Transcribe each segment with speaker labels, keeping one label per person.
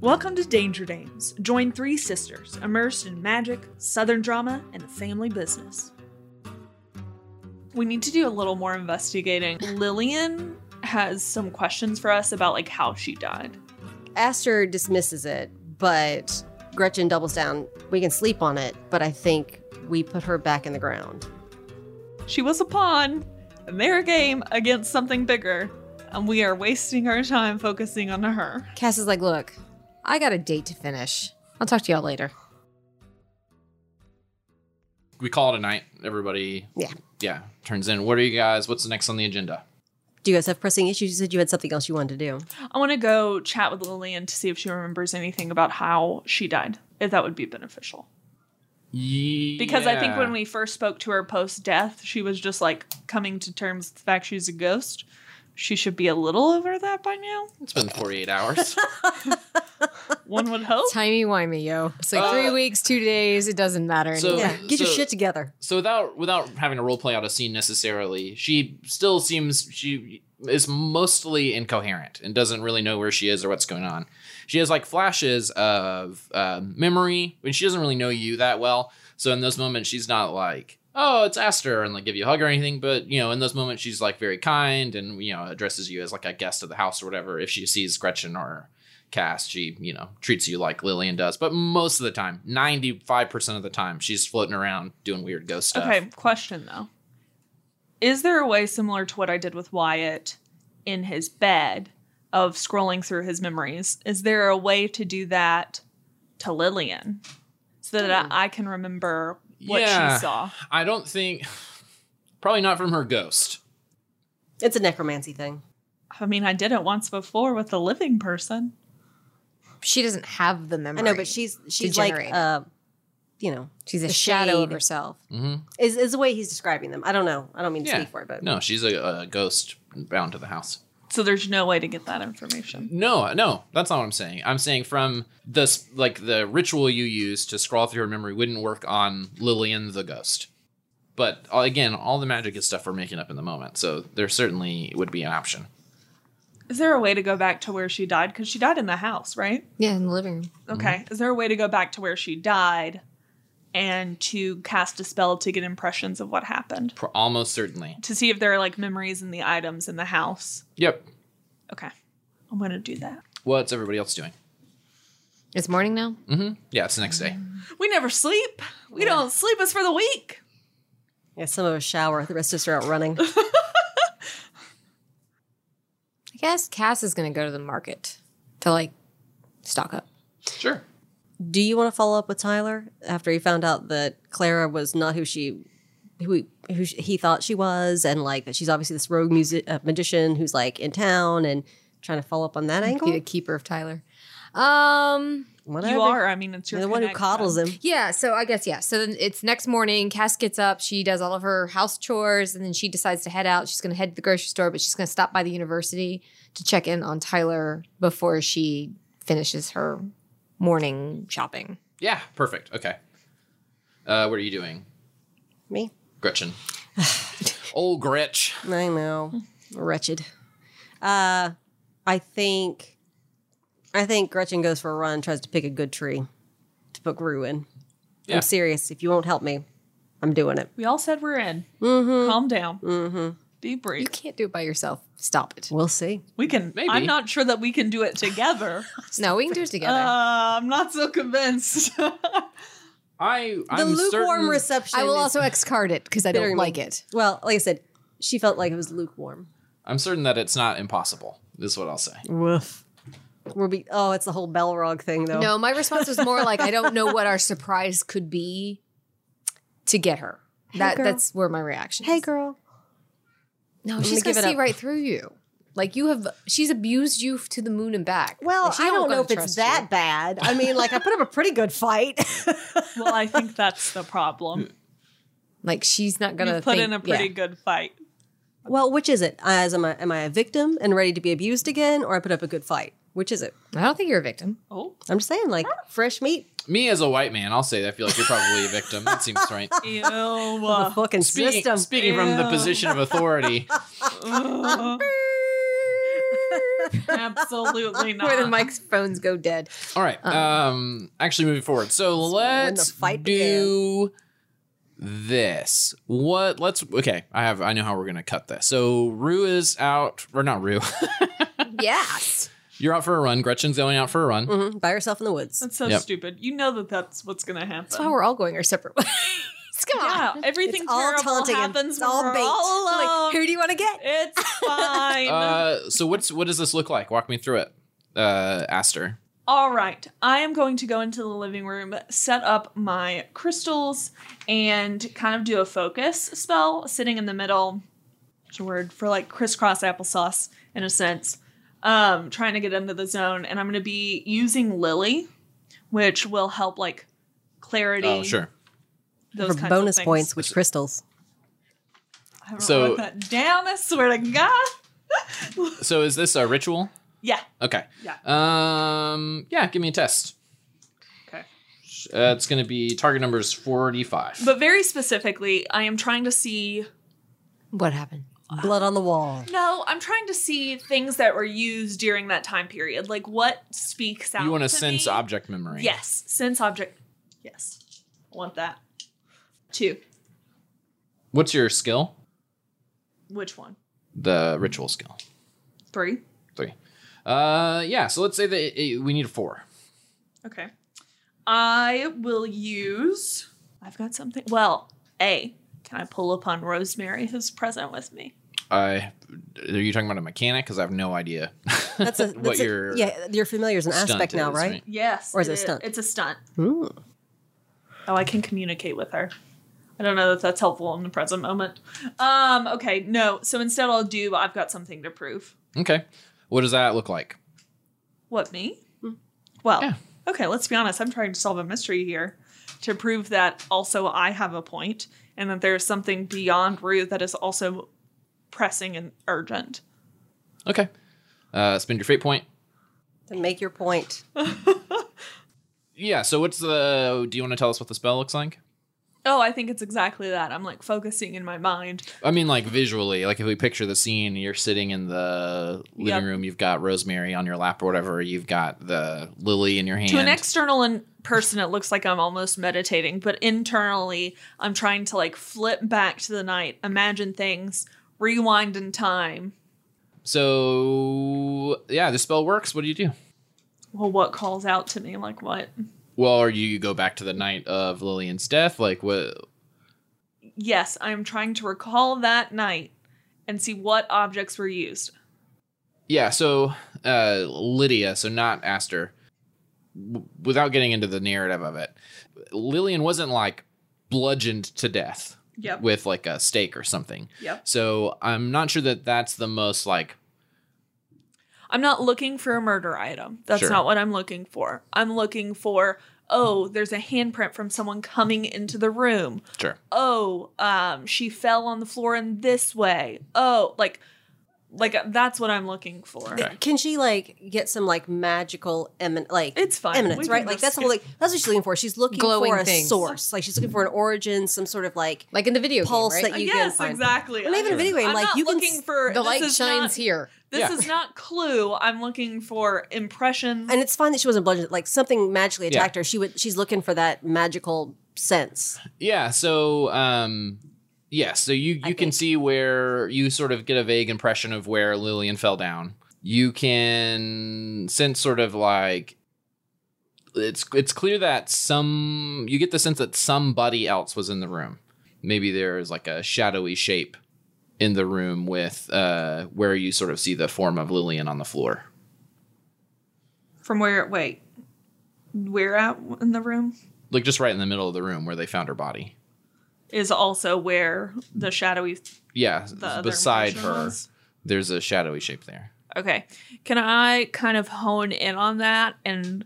Speaker 1: Welcome to Danger Dames. Join three sisters immersed in magic, southern drama, and the family business. We need to do a little more investigating. Lillian has some questions for us about like how she died.
Speaker 2: Aster dismisses it, but Gretchen doubles down. We can sleep on it, but I think we put her back in the ground.
Speaker 1: She was a pawn in their game against something bigger, and we are wasting our time focusing on her.
Speaker 3: Cass is like, look, I got a date to finish. I'll talk to y'all later.
Speaker 4: We call it a night. Everybody.
Speaker 2: Yeah.
Speaker 4: Yeah. Turns in. What are you guys? What's next on the agenda?
Speaker 2: Do you guys have pressing issues? You said you had something else you wanted to do.
Speaker 1: I want to go chat with Lillian to see if she remembers anything about how she died, if that would be beneficial. Because I think when we first spoke to her post death, she was just like coming to terms with the fact she's a ghost. She should be a little over that by now.
Speaker 4: it's been 48 hours.
Speaker 1: One would hope.
Speaker 3: Timey wimey, yo. It's like
Speaker 4: Uh,
Speaker 3: three weeks, two days. It doesn't matter.
Speaker 4: so-
Speaker 3: anymore.
Speaker 2: Yeah, get your
Speaker 4: so-
Speaker 2: shit together.
Speaker 4: so without without having to role play out a scene necessarily, she still seems she is mostly incoherent and doesn't really know where she is or what's going on. She has like flashes of uh, memory when she doesn't really know you that well. So in those moments, she's not like, "Oh, it's Aster," and like give you a hug or anything. But you know, in those moments, she's like very kind and you know addresses you as like a guest of the house or whatever. If she sees Gretchen or Cass, she you know treats you like Lillian does. But most of the time, ninety five percent of the time, she's floating around doing weird ghost stuff.
Speaker 1: Okay, question though. Is there a way similar to what I did with Wyatt in his bed of scrolling through his memories? Is there a way to do that to Lillian so that I I can remember what
Speaker 4: Yeah.
Speaker 1: she saw?
Speaker 4: I don't think, probably not from her ghost.
Speaker 2: It's a necromancy thing.
Speaker 1: I mean, I did it once before with a living person.
Speaker 3: she doesn't have the memory.
Speaker 2: I know, but she's she's like,
Speaker 3: Degenerate.
Speaker 2: uh, you know,
Speaker 3: she's a
Speaker 2: the
Speaker 3: shadow of
Speaker 2: shade.
Speaker 3: herself.
Speaker 4: hmm
Speaker 2: is is the way he's describing them. I don't know. I don't mean to
Speaker 4: Yeah.
Speaker 2: speak for it, but
Speaker 4: No, she's a, a ghost bound to the house.
Speaker 1: So there's no way to get that information.
Speaker 4: No, no, that's not what I'm saying. I'm saying from this, like the ritual you use to scroll through her memory wouldn't work on Lillian the ghost. But uh, again, all the magic is stuff we're making up in the moment, so there certainly would be an option.
Speaker 1: Is there a way to go back to where she died? Because she died in the house, right?
Speaker 3: Yeah, in the living room.
Speaker 1: Okay. Is there a way to go back to where she died and to cast a spell to get impressions of what happened?
Speaker 4: Pro- almost certainly.
Speaker 1: To see if there are like memories in the items in the house.
Speaker 4: Yep.
Speaker 1: Okay. I'm going to do that.
Speaker 4: What's everybody else doing?
Speaker 3: It's morning now.
Speaker 4: Mm-hmm. Yeah, it's the next day.
Speaker 2: Mm.
Speaker 1: We never sleep. We don't sleep us for the week.
Speaker 2: yeah, some of us shower. The rest of us are out running.
Speaker 3: I guess Cass is gonna go to the market to like stock up.
Speaker 4: Sure.
Speaker 2: Do you want to follow up with Tyler after he found out that Clara was not who she who who sh- he thought she was, and like that she's obviously this rogue music uh, magician who's like in town and trying to follow up on that
Speaker 3: Be the
Speaker 2: angle?
Speaker 3: keeper of Tyler. Um.
Speaker 2: Whatever.
Speaker 1: You are. I mean, it's your
Speaker 2: You're the one who
Speaker 1: connection.
Speaker 2: coddles him.
Speaker 3: Yeah, so I guess yeah. So then it's next morning. Cass gets up. She does all of her house chores, and then she decides to head out. She's going to head to the grocery store, but she's going to stop by the university to check in on Tyler before she finishes her morning shopping.
Speaker 4: Yeah, perfect. Okay. Uh, what are you doing,
Speaker 2: Me,
Speaker 4: Gretchen? Old Gretch.
Speaker 2: I know, wretched. Uh, I think, I think Gretchen goes for a run, tries to pick a good tree to put Rue in.
Speaker 4: Yeah.
Speaker 2: I'm serious. If you won't help me, I'm doing it.
Speaker 1: We all said we're in. Calm down. Mm-hmm. Deep breath.
Speaker 3: You can't do it by yourself. Stop it.
Speaker 2: We'll see.
Speaker 1: We can.
Speaker 4: Maybe.
Speaker 1: I'm not sure that we can do it together.
Speaker 3: No, we can do it together.
Speaker 1: Uh, I'm not so convinced.
Speaker 4: I.
Speaker 2: The
Speaker 4: I'm
Speaker 2: lukewarm
Speaker 4: certain-
Speaker 2: reception.
Speaker 3: I will
Speaker 2: is
Speaker 3: also excard it because I
Speaker 2: bittering
Speaker 3: don't
Speaker 2: me.
Speaker 3: like it.
Speaker 2: Well, like I said, she felt like it was lukewarm.
Speaker 4: I'm certain that it's not impossible. Is what I'll say.
Speaker 2: Woof. We'll be. Oh, it's the whole Belrog thing, though.
Speaker 3: No, my response was more like I don't know what our surprise could be to get her. that
Speaker 2: girl.
Speaker 3: that's where my reaction.
Speaker 2: Hey,
Speaker 3: is.
Speaker 2: girl.
Speaker 3: No,
Speaker 2: gonna
Speaker 3: she's gonna
Speaker 2: give it
Speaker 3: see
Speaker 2: up.
Speaker 3: right through you. Like you have, she's abused you to the moon and back.
Speaker 2: Well,
Speaker 3: Like, she's
Speaker 2: I
Speaker 3: not
Speaker 2: don't
Speaker 3: gonna
Speaker 2: know if it's
Speaker 3: trust
Speaker 2: that
Speaker 3: you.
Speaker 2: bad. I mean, like I put up a pretty good fight.
Speaker 1: well, I think that's the problem.
Speaker 3: Like she's not
Speaker 1: You
Speaker 3: gonna
Speaker 1: put
Speaker 3: think-
Speaker 1: in a pretty
Speaker 3: yeah.
Speaker 1: good fight.
Speaker 2: well, which is it? As am I? Am I a victim and ready to be abused again, or I put up a good fight? Which is it?
Speaker 3: I don't think you're a victim.
Speaker 1: Oh,
Speaker 2: I'm just saying, like fresh meat.
Speaker 4: Me as a white man, I'll say that I feel like you're probably a victim. That seems right.
Speaker 1: ew.
Speaker 2: The fucking
Speaker 4: Speaking,
Speaker 2: system.
Speaker 4: speaking from the position of authority,
Speaker 1: Absolutely not.
Speaker 3: where the mic's phones go dead.
Speaker 4: All right.
Speaker 2: Uh-huh.
Speaker 4: Um, actually moving forward. So
Speaker 2: when the
Speaker 4: let's
Speaker 2: fight
Speaker 4: do this. What let's okay, I have I know how we're gonna cut this. So Rue is out or not Rue.
Speaker 3: Yes.
Speaker 4: You're out for a run. Gretchen's going out for a run.
Speaker 2: Mhm, By herself in the woods.
Speaker 1: That's so
Speaker 4: Yep.
Speaker 1: stupid. You know that that's what's going to happen.
Speaker 3: That's why we're all going our separate ways. Come on.
Speaker 1: yeah, everything
Speaker 2: It's all
Speaker 1: terrible
Speaker 2: taunting. and
Speaker 1: happens
Speaker 2: It's
Speaker 1: when
Speaker 2: all
Speaker 1: we're
Speaker 2: bait.
Speaker 1: all
Speaker 2: They're
Speaker 1: alone.
Speaker 2: Like, who do you want to get?
Speaker 1: it's fine.
Speaker 4: Uh so what's what does this look like? Walk me through it. Uh Aster.
Speaker 1: All right, I am going to go into the living room, set up my crystals, and kind of do a focus spell, sitting in the middle. It's a word for like crisscross applesauce in a sense. Um, trying to get into the zone, and I'm going to be using Lily, which will help like clarity.
Speaker 4: Oh sure.
Speaker 1: Those
Speaker 2: For
Speaker 1: kinds
Speaker 2: bonus
Speaker 1: of things.
Speaker 2: points, which crystals?
Speaker 1: I haven't
Speaker 4: So-
Speaker 1: wrote that down. I swear to God.
Speaker 4: So is this a ritual?
Speaker 1: Yeah.
Speaker 4: Okay.
Speaker 1: Yeah.
Speaker 4: Um yeah, give me a test.
Speaker 1: Okay.
Speaker 4: Uh, it's gonna be target number is forty five.
Speaker 1: But very specifically, I am trying to see.
Speaker 3: What happened?
Speaker 2: Blood on the wall.
Speaker 1: No, I'm trying to see things that were used during that time period. Like what speaks out.
Speaker 4: You want
Speaker 1: to
Speaker 4: to sense
Speaker 1: me.
Speaker 4: object memory.
Speaker 1: Yes, sense object. Yes, I want that. Two.
Speaker 4: What's your skill?
Speaker 1: Which one?
Speaker 4: The ritual skill.
Speaker 1: Three.
Speaker 4: Three. Uh, yeah. So let's say that it, it- we need a four.
Speaker 1: Okay. I will use. I've got something. Well, a. Can I pull upon Rosemary, who's present with me?
Speaker 4: I. Are you talking about a mechanic? Because I have no idea.
Speaker 2: That's a
Speaker 4: what
Speaker 2: that's a-
Speaker 4: your
Speaker 2: yeah. Your familiar is an
Speaker 4: stunt
Speaker 2: aspect now,
Speaker 4: is,
Speaker 2: right?
Speaker 1: Yes.
Speaker 2: Or is it a
Speaker 1: i-
Speaker 2: stunt?
Speaker 1: It's a stunt.
Speaker 2: Ooh.
Speaker 1: Oh, I can communicate with her. I don't know if that's helpful in the present moment. Um, okay, no. So instead I'll do I've got something to prove.
Speaker 4: Okay. What does that look like?
Speaker 1: What me?
Speaker 2: Hmm.
Speaker 1: Well,
Speaker 4: Yeah.
Speaker 1: okay, let's be honest. I'm trying to solve a mystery here to prove that also I have a point and that there is something beyond Rue that is also pressing and urgent.
Speaker 4: Okay. Uh, spend your fate point.
Speaker 2: To make your point.
Speaker 4: Yeah. So what's the? Do you want to tell us what the spell looks like?
Speaker 1: Oh, I think it's exactly that. I'm like focusing in my mind.
Speaker 4: I mean, like visually, like if we picture the scene, you're sitting in the living
Speaker 1: Yep.
Speaker 4: room, you've got Rosemary on your lap or whatever, you've got the lily in your hand.
Speaker 1: to an external in- person it looks like i'm almost meditating but internally i'm trying to like flip back to the night imagine things rewind in time
Speaker 4: so yeah, the spell works. What do you do?
Speaker 1: well what calls out to me like what
Speaker 4: Well, or you go back to the night of Lillian's death? Like what?
Speaker 1: yes i'm trying to recall that night and see what objects were used
Speaker 4: Yeah. So uh, Lydia, so not Aster. W- without getting into the narrative of it, Lillian wasn't like bludgeoned to death
Speaker 1: Yep.
Speaker 4: with like a stake or something.
Speaker 1: yep
Speaker 4: So I'm not sure that that's the most like
Speaker 1: i'm not looking for a murder item that's
Speaker 4: Sure.
Speaker 1: not what i'm looking for i'm looking for oh there's a handprint from someone coming into the room
Speaker 4: sure.
Speaker 1: oh um she fell on the floor in this way oh like like uh, that's what i'm looking for
Speaker 4: Okay.
Speaker 2: Can she like get some like magical emin like
Speaker 1: It's fine. We
Speaker 2: eminence
Speaker 1: can
Speaker 2: right? Like
Speaker 1: just
Speaker 2: that's the whole like that's what she's looking for. She's looking
Speaker 3: Glowing
Speaker 2: for a
Speaker 3: things.
Speaker 2: source. Like she's looking for an origin, some sort of like
Speaker 3: Like in the video
Speaker 2: Pulse
Speaker 3: game, right?
Speaker 2: that you can
Speaker 1: yes
Speaker 2: find-
Speaker 1: exactly
Speaker 2: Well, not even a video game,
Speaker 1: i'm
Speaker 2: like,
Speaker 1: not
Speaker 2: you can
Speaker 1: looking
Speaker 2: s-
Speaker 1: for
Speaker 3: the
Speaker 1: this
Speaker 3: light
Speaker 1: is
Speaker 3: shines
Speaker 1: not-
Speaker 3: here.
Speaker 1: this
Speaker 4: Yeah.
Speaker 1: is not clue i'm looking for impressions
Speaker 2: and it's fine that she wasn't bludgeoned. Like something magically
Speaker 4: Yeah.
Speaker 2: attacked her. She would she's looking for that magical sense.
Speaker 4: Yeah. So um, yeah. So you you can
Speaker 2: think-
Speaker 4: see where you sort of get a vague impression of where Lillian fell down. You can sense sort of like it's it's clear that some you get the sense that somebody else was in the room. Maybe there's like a shadowy shape in the room with uh where you sort of see the form of Lillian on the floor.
Speaker 1: from where wait where at in the room
Speaker 4: Like just right in the middle of the room where they found her body.
Speaker 1: is also where the shadowy
Speaker 4: Yeah,
Speaker 1: the other
Speaker 4: beside
Speaker 1: impression
Speaker 4: her
Speaker 1: was.
Speaker 4: there's a shadowy shape there.
Speaker 1: Okay. Can I kind of hone in on that and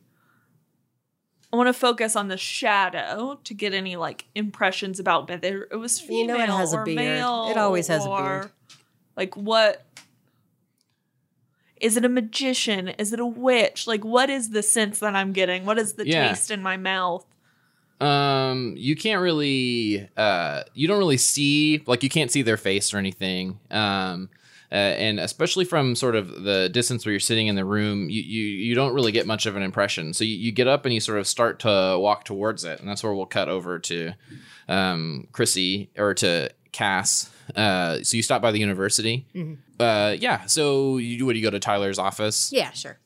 Speaker 1: I want to focus on the shadow to get any like impressions about whether it was female
Speaker 2: You know it has a
Speaker 1: or
Speaker 2: beard.
Speaker 1: male.
Speaker 2: It always has a
Speaker 1: or,
Speaker 2: beard.
Speaker 1: Like what is it a magician? Is it a witch? Like what is the sense that I'm getting? What is the
Speaker 4: Yeah.
Speaker 1: taste in my mouth?
Speaker 4: Um, you can't really, uh, you don't really see, like, you can't see their face or anything. Um, uh, and especially from sort of the distance where you're sitting in the room, you you, you don't really get much of an impression. So you, you get up and you sort of start to walk towards it, and that's where we'll cut over to um, Chrissy or to Cass. Uh, so you stop by the university. Uh, yeah. So you what do you go to Tyler's office?
Speaker 3: Yeah, sure.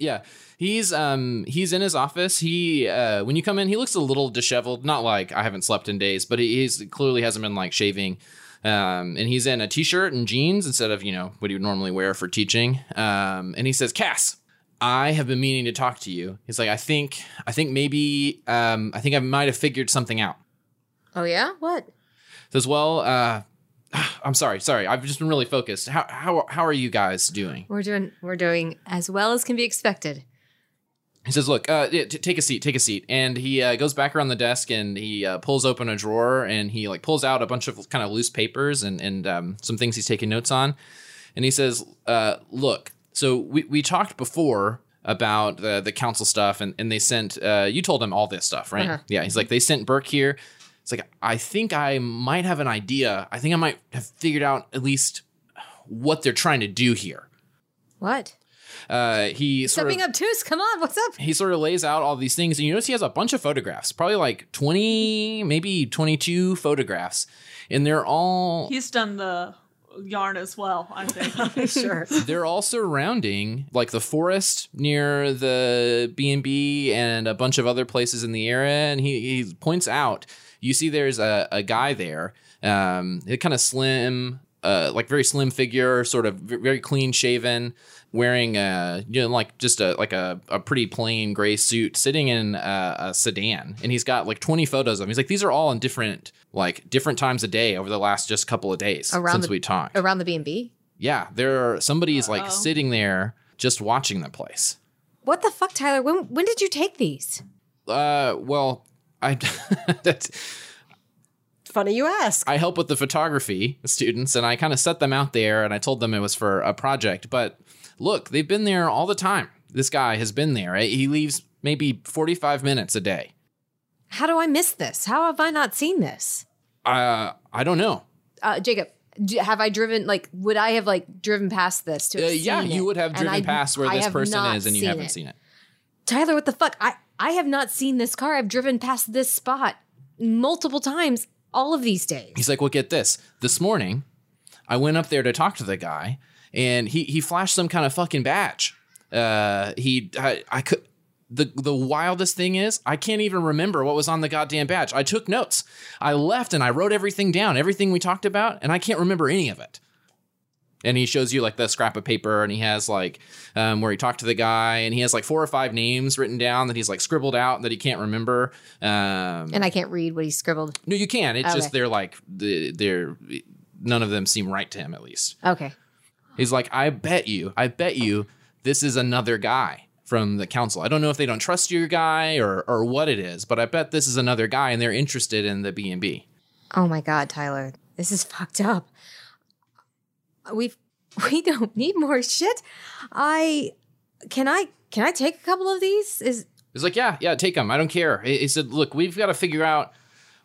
Speaker 4: Yeah. He's um he's in his office. He uh when you come in, he looks a little disheveled. Not like I haven't slept in days, but he, he's clearly hasn't been like shaving. Um, and he's in a t-shirt and jeans instead of you know what he would normally wear for teaching. Um, and he says, "Cass, I have been meaning to talk to you." He's like, "I think I think maybe um I think I might have figured something out."
Speaker 3: Oh yeah, what?
Speaker 4: Says, "Well, uh." I'm sorry, sorry. I've just been really focused. How how how are you guys doing?
Speaker 3: We're doing we're doing as well as can be expected.
Speaker 4: He says, "Look, uh, yeah, t- take a seat, take a seat." And he uh, goes back around the desk and he uh, pulls open a drawer and he like pulls out a bunch of kind of loose papers and and um, some things he's taking notes on. And he says, uh, "Look, so we we talked before about the the council stuff, and and they sent uh, you told him all this stuff, right?
Speaker 3: Uh-huh.
Speaker 4: Yeah. He's like, they sent Burke here. It's like I think I might have an idea. I think I might have figured out at least what they're trying to do here.
Speaker 3: What?
Speaker 4: Uh, he sort
Speaker 3: Stepping
Speaker 4: of,
Speaker 3: up twos, come on, what's up?
Speaker 4: he sort of lays out all these things and you notice he has a bunch of photographs probably like 20 maybe 22 photographs and they're all
Speaker 1: He's done the yarn as well, I think.
Speaker 2: sure.
Speaker 4: they're all surrounding like the forest near the b&b and a bunch of other places in the area and he, he points out you see there's a, a guy there um, a kind of slim uh, like very slim figure sort of v- very clean shaven wearing a you know like just a like a, a pretty plain gray suit sitting in a, a sedan and he's got like 20 photos of him he's like these are all in different like different times a day over the last just couple of days
Speaker 3: Around
Speaker 4: since
Speaker 3: the-
Speaker 4: we talked
Speaker 3: Around the B and B.
Speaker 4: yeah, there are somebody's like
Speaker 1: Uh-oh.
Speaker 4: sitting there just watching the place.
Speaker 3: What the fuck, Tyler? When when did you take these?
Speaker 4: Uh, well, I that's,
Speaker 2: Funny you ask.
Speaker 4: I help with the photography students, and I kind of set them out there, and I told them it was for a project. But look, they've been there all the time. This guy has been there. right? He leaves maybe forty-five minutes a day.
Speaker 3: How do I miss this? How have I not seen this?
Speaker 4: Uh, I don't know.
Speaker 3: Uh, Jacob, d- have I driven like would I have like driven past this to?
Speaker 4: Uh,
Speaker 3: have
Speaker 4: yeah,
Speaker 3: seen
Speaker 4: you
Speaker 3: it?
Speaker 4: would have
Speaker 3: And
Speaker 4: driven
Speaker 3: I-
Speaker 4: past where
Speaker 3: I
Speaker 4: this
Speaker 3: have
Speaker 4: person
Speaker 3: not
Speaker 4: is, and you haven't seen it.
Speaker 3: Tyler, what the fuck? I I have not seen this car. I've driven past this spot multiple times all of these days.
Speaker 4: He's like, well, get this. This morning, I went up there to talk to the guy, and he he flashed some kind of fucking badge. Uh, he I, I could. The, the wildest thing is I can't even remember what was on the goddamn badge. I took notes. I left and I wrote everything down, everything we talked about, and I can't remember any of it. And he shows you like the scrap of paper, and he has like um, where he talked to the guy, and he has like four or five names written down that he's like scribbled out that he can't remember. Um,
Speaker 3: And I can't read what he scribbled.
Speaker 4: no, you can. It's just
Speaker 3: Okay.
Speaker 4: they're like the- they're none of them seem right to him at least.
Speaker 3: Okay.
Speaker 4: He's like, I bet you, I bet you, this is another guy from the council. I don't know if they don't trust your guy or or what it is, but I bet this is another guy, and they're interested in the B and B.
Speaker 3: Oh my god, Tyler, this is fucked up. We've we don't need more shit. I can I can I take a couple of these? Is
Speaker 4: He's like, yeah, yeah, take him. I don't care. He he said, look, we've got to figure out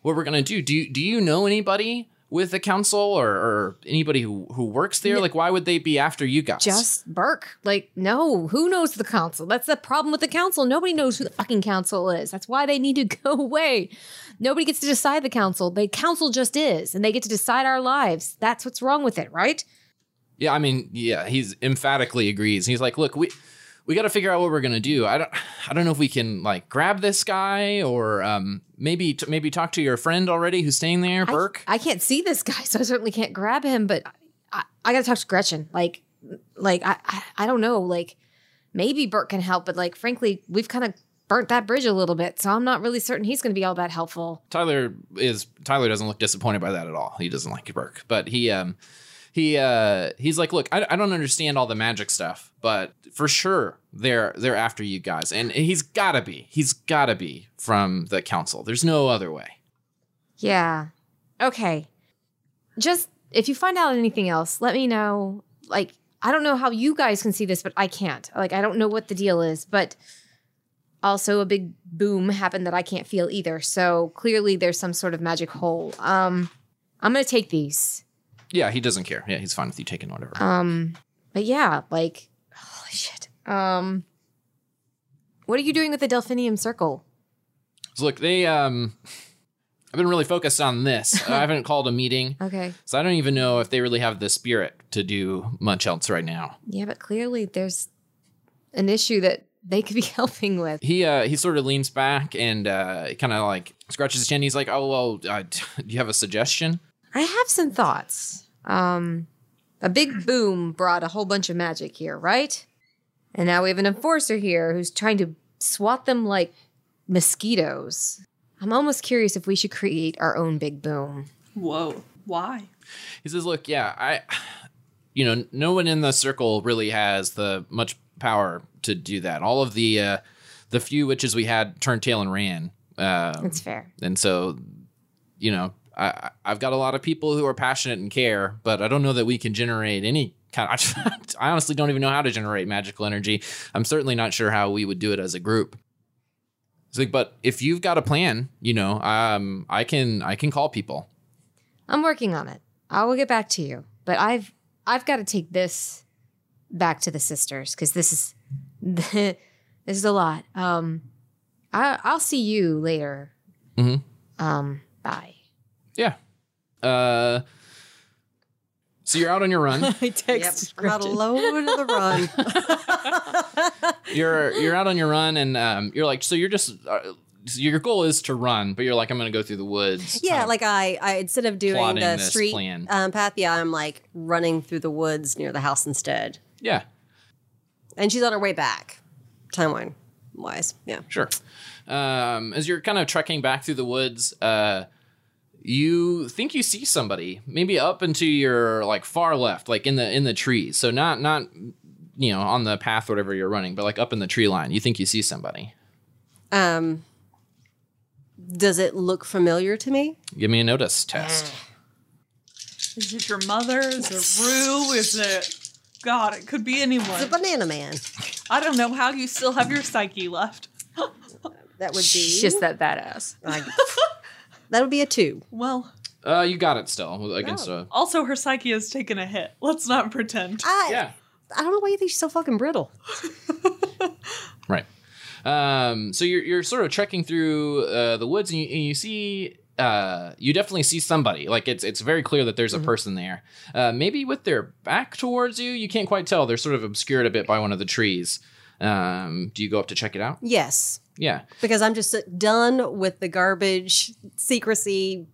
Speaker 4: what we're gonna do. Do you, do you know anybody? With the council or, or anybody who, who works there, like why would they be after you guys?
Speaker 3: just Burke. Like, no, who knows the council? That's the problem with the council. Nobody knows who the fucking council is. That's why they need to go away. Nobody gets to decide the council. The council just is, and they get to decide our lives. That's what's wrong with it, right?
Speaker 4: Yeah, I mean, yeah, he's emphatically agrees. He's like, look, we we got to figure out what we're gonna do. I don't, I don't know if we can like grab this guy or um maybe t- maybe talk to your friend already who's staying there,
Speaker 3: I-
Speaker 4: Burke.
Speaker 3: I, can't see this guy, so I certainly can't grab him. But I, I gotta talk to Gretchen. Like, like I, I, I don't know. Like, maybe Burke can help, but like, frankly, we've kind of burnt that bridge a little bit, so I'm not really certain he's gonna be all that helpful.
Speaker 4: Tyler is Tyler doesn't look disappointed by that at all. He doesn't like Burke, but he um he uh he's like, look, I, I don't understand all the magic stuff, but for sure they're they're after you guys, and he's gotta be, he's gotta be from the council. There's no other way.
Speaker 3: Yeah. Okay. Just if you find out anything else, let me know. Like, I don't know how you guys can see this, but I can't. Like, I don't know what the deal is, but also a big boom happened that I can't feel either. So clearly there's some sort of magic hole. Um, I'm gonna take these.
Speaker 4: Yeah, he doesn't care. Yeah, he's fine with you taking whatever.
Speaker 3: Um, but yeah, like holy shit. Um, what are you doing with the Delphinium Circle?
Speaker 4: so look, they um, I've been really focused on this. I haven't called a meeting,
Speaker 3: Okay,
Speaker 4: so I don't even know if they really have the spirit to do much else right now.
Speaker 3: yeah, but clearly there's an issue that they could be helping with.
Speaker 4: He uh, he sort of leans back and uh, kind of like scratches his chin. He's like, "Oh well, uh, do you have a suggestion?"
Speaker 3: I have some thoughts. Um, a big boom brought a whole bunch of magic here, right? And now we have an enforcer here who's trying to swat them like mosquitoes. I'm almost curious if we should create our own big boom.
Speaker 1: Whoa. Why?
Speaker 4: He says, "Look, yeah, I, you know, no one in the circle really has the much power to do that. All of the uh, the few witches we had turned tail and ran, uh,
Speaker 3: That's fair.
Speaker 4: and so, you know, I- I, I've got a lot of people who are passionate and care, but I don't know that we can generate any." Kind of, I, just- I honestly don't even know how to generate magical energy. I'm certainly not sure how we would do it as a group. It's like, but if you've got a plan, you know, um, I can I can call people.
Speaker 3: I'm working on it. I will get back to you. But I've I've got to take this back to the sisters because this is this is a lot. Um, I I'll see you later.
Speaker 4: Mhm.
Speaker 3: Um, bye.
Speaker 4: Yeah. Uh, so you're out on your run.
Speaker 1: I
Speaker 2: Yep. I'm out alone on the run.
Speaker 4: you're you're out on your run, and um, you're like, so you're just uh, so your goal is to run, but you're like, I'm gonna go through the woods.
Speaker 2: Yeah,
Speaker 4: Um,
Speaker 2: like I, I instead of doing
Speaker 4: plotting
Speaker 2: the
Speaker 4: this
Speaker 2: street
Speaker 4: plan.
Speaker 2: um, path, yeah, I'm like running through the woods near the house instead.
Speaker 4: yeah,
Speaker 2: And she's on her way back, timeline wise. Yeah.
Speaker 4: sure. Um, as you're kind of trekking back through the woods, uh, you think you see somebody, maybe up into your like far left, like in the in the trees. So not not you know on the path or whatever you're running, but like up in the tree line, you think you see somebody.
Speaker 2: Um, does it look familiar to me?
Speaker 4: Give me a notice test.
Speaker 1: Is it your mother? Is it Rue? Is it God? It could be
Speaker 2: The
Speaker 1: anyone.
Speaker 2: banana man.
Speaker 1: I don't know how you still have your psyche left.
Speaker 2: That would be
Speaker 3: She's just that badass.
Speaker 2: I- that would be a two.
Speaker 1: Well,
Speaker 4: Uh, you got it still against a.
Speaker 1: also her psyche has taken a hit. Let's not pretend.
Speaker 2: I,
Speaker 4: Yeah.
Speaker 2: I don't know why you think she's so fucking brittle.
Speaker 4: Right. Um, so you're you're sort of trekking through uh, the woods, and you, and you see uh, you definitely see somebody. Like it's it's very clear that there's a person there. Uh, maybe with their back towards you, you can't quite tell. They're sort of obscured a bit by one of the trees. Um, do you go up to check it out?
Speaker 2: Yes,
Speaker 4: Yeah.
Speaker 2: because I'm just done with the garbage, secrecy,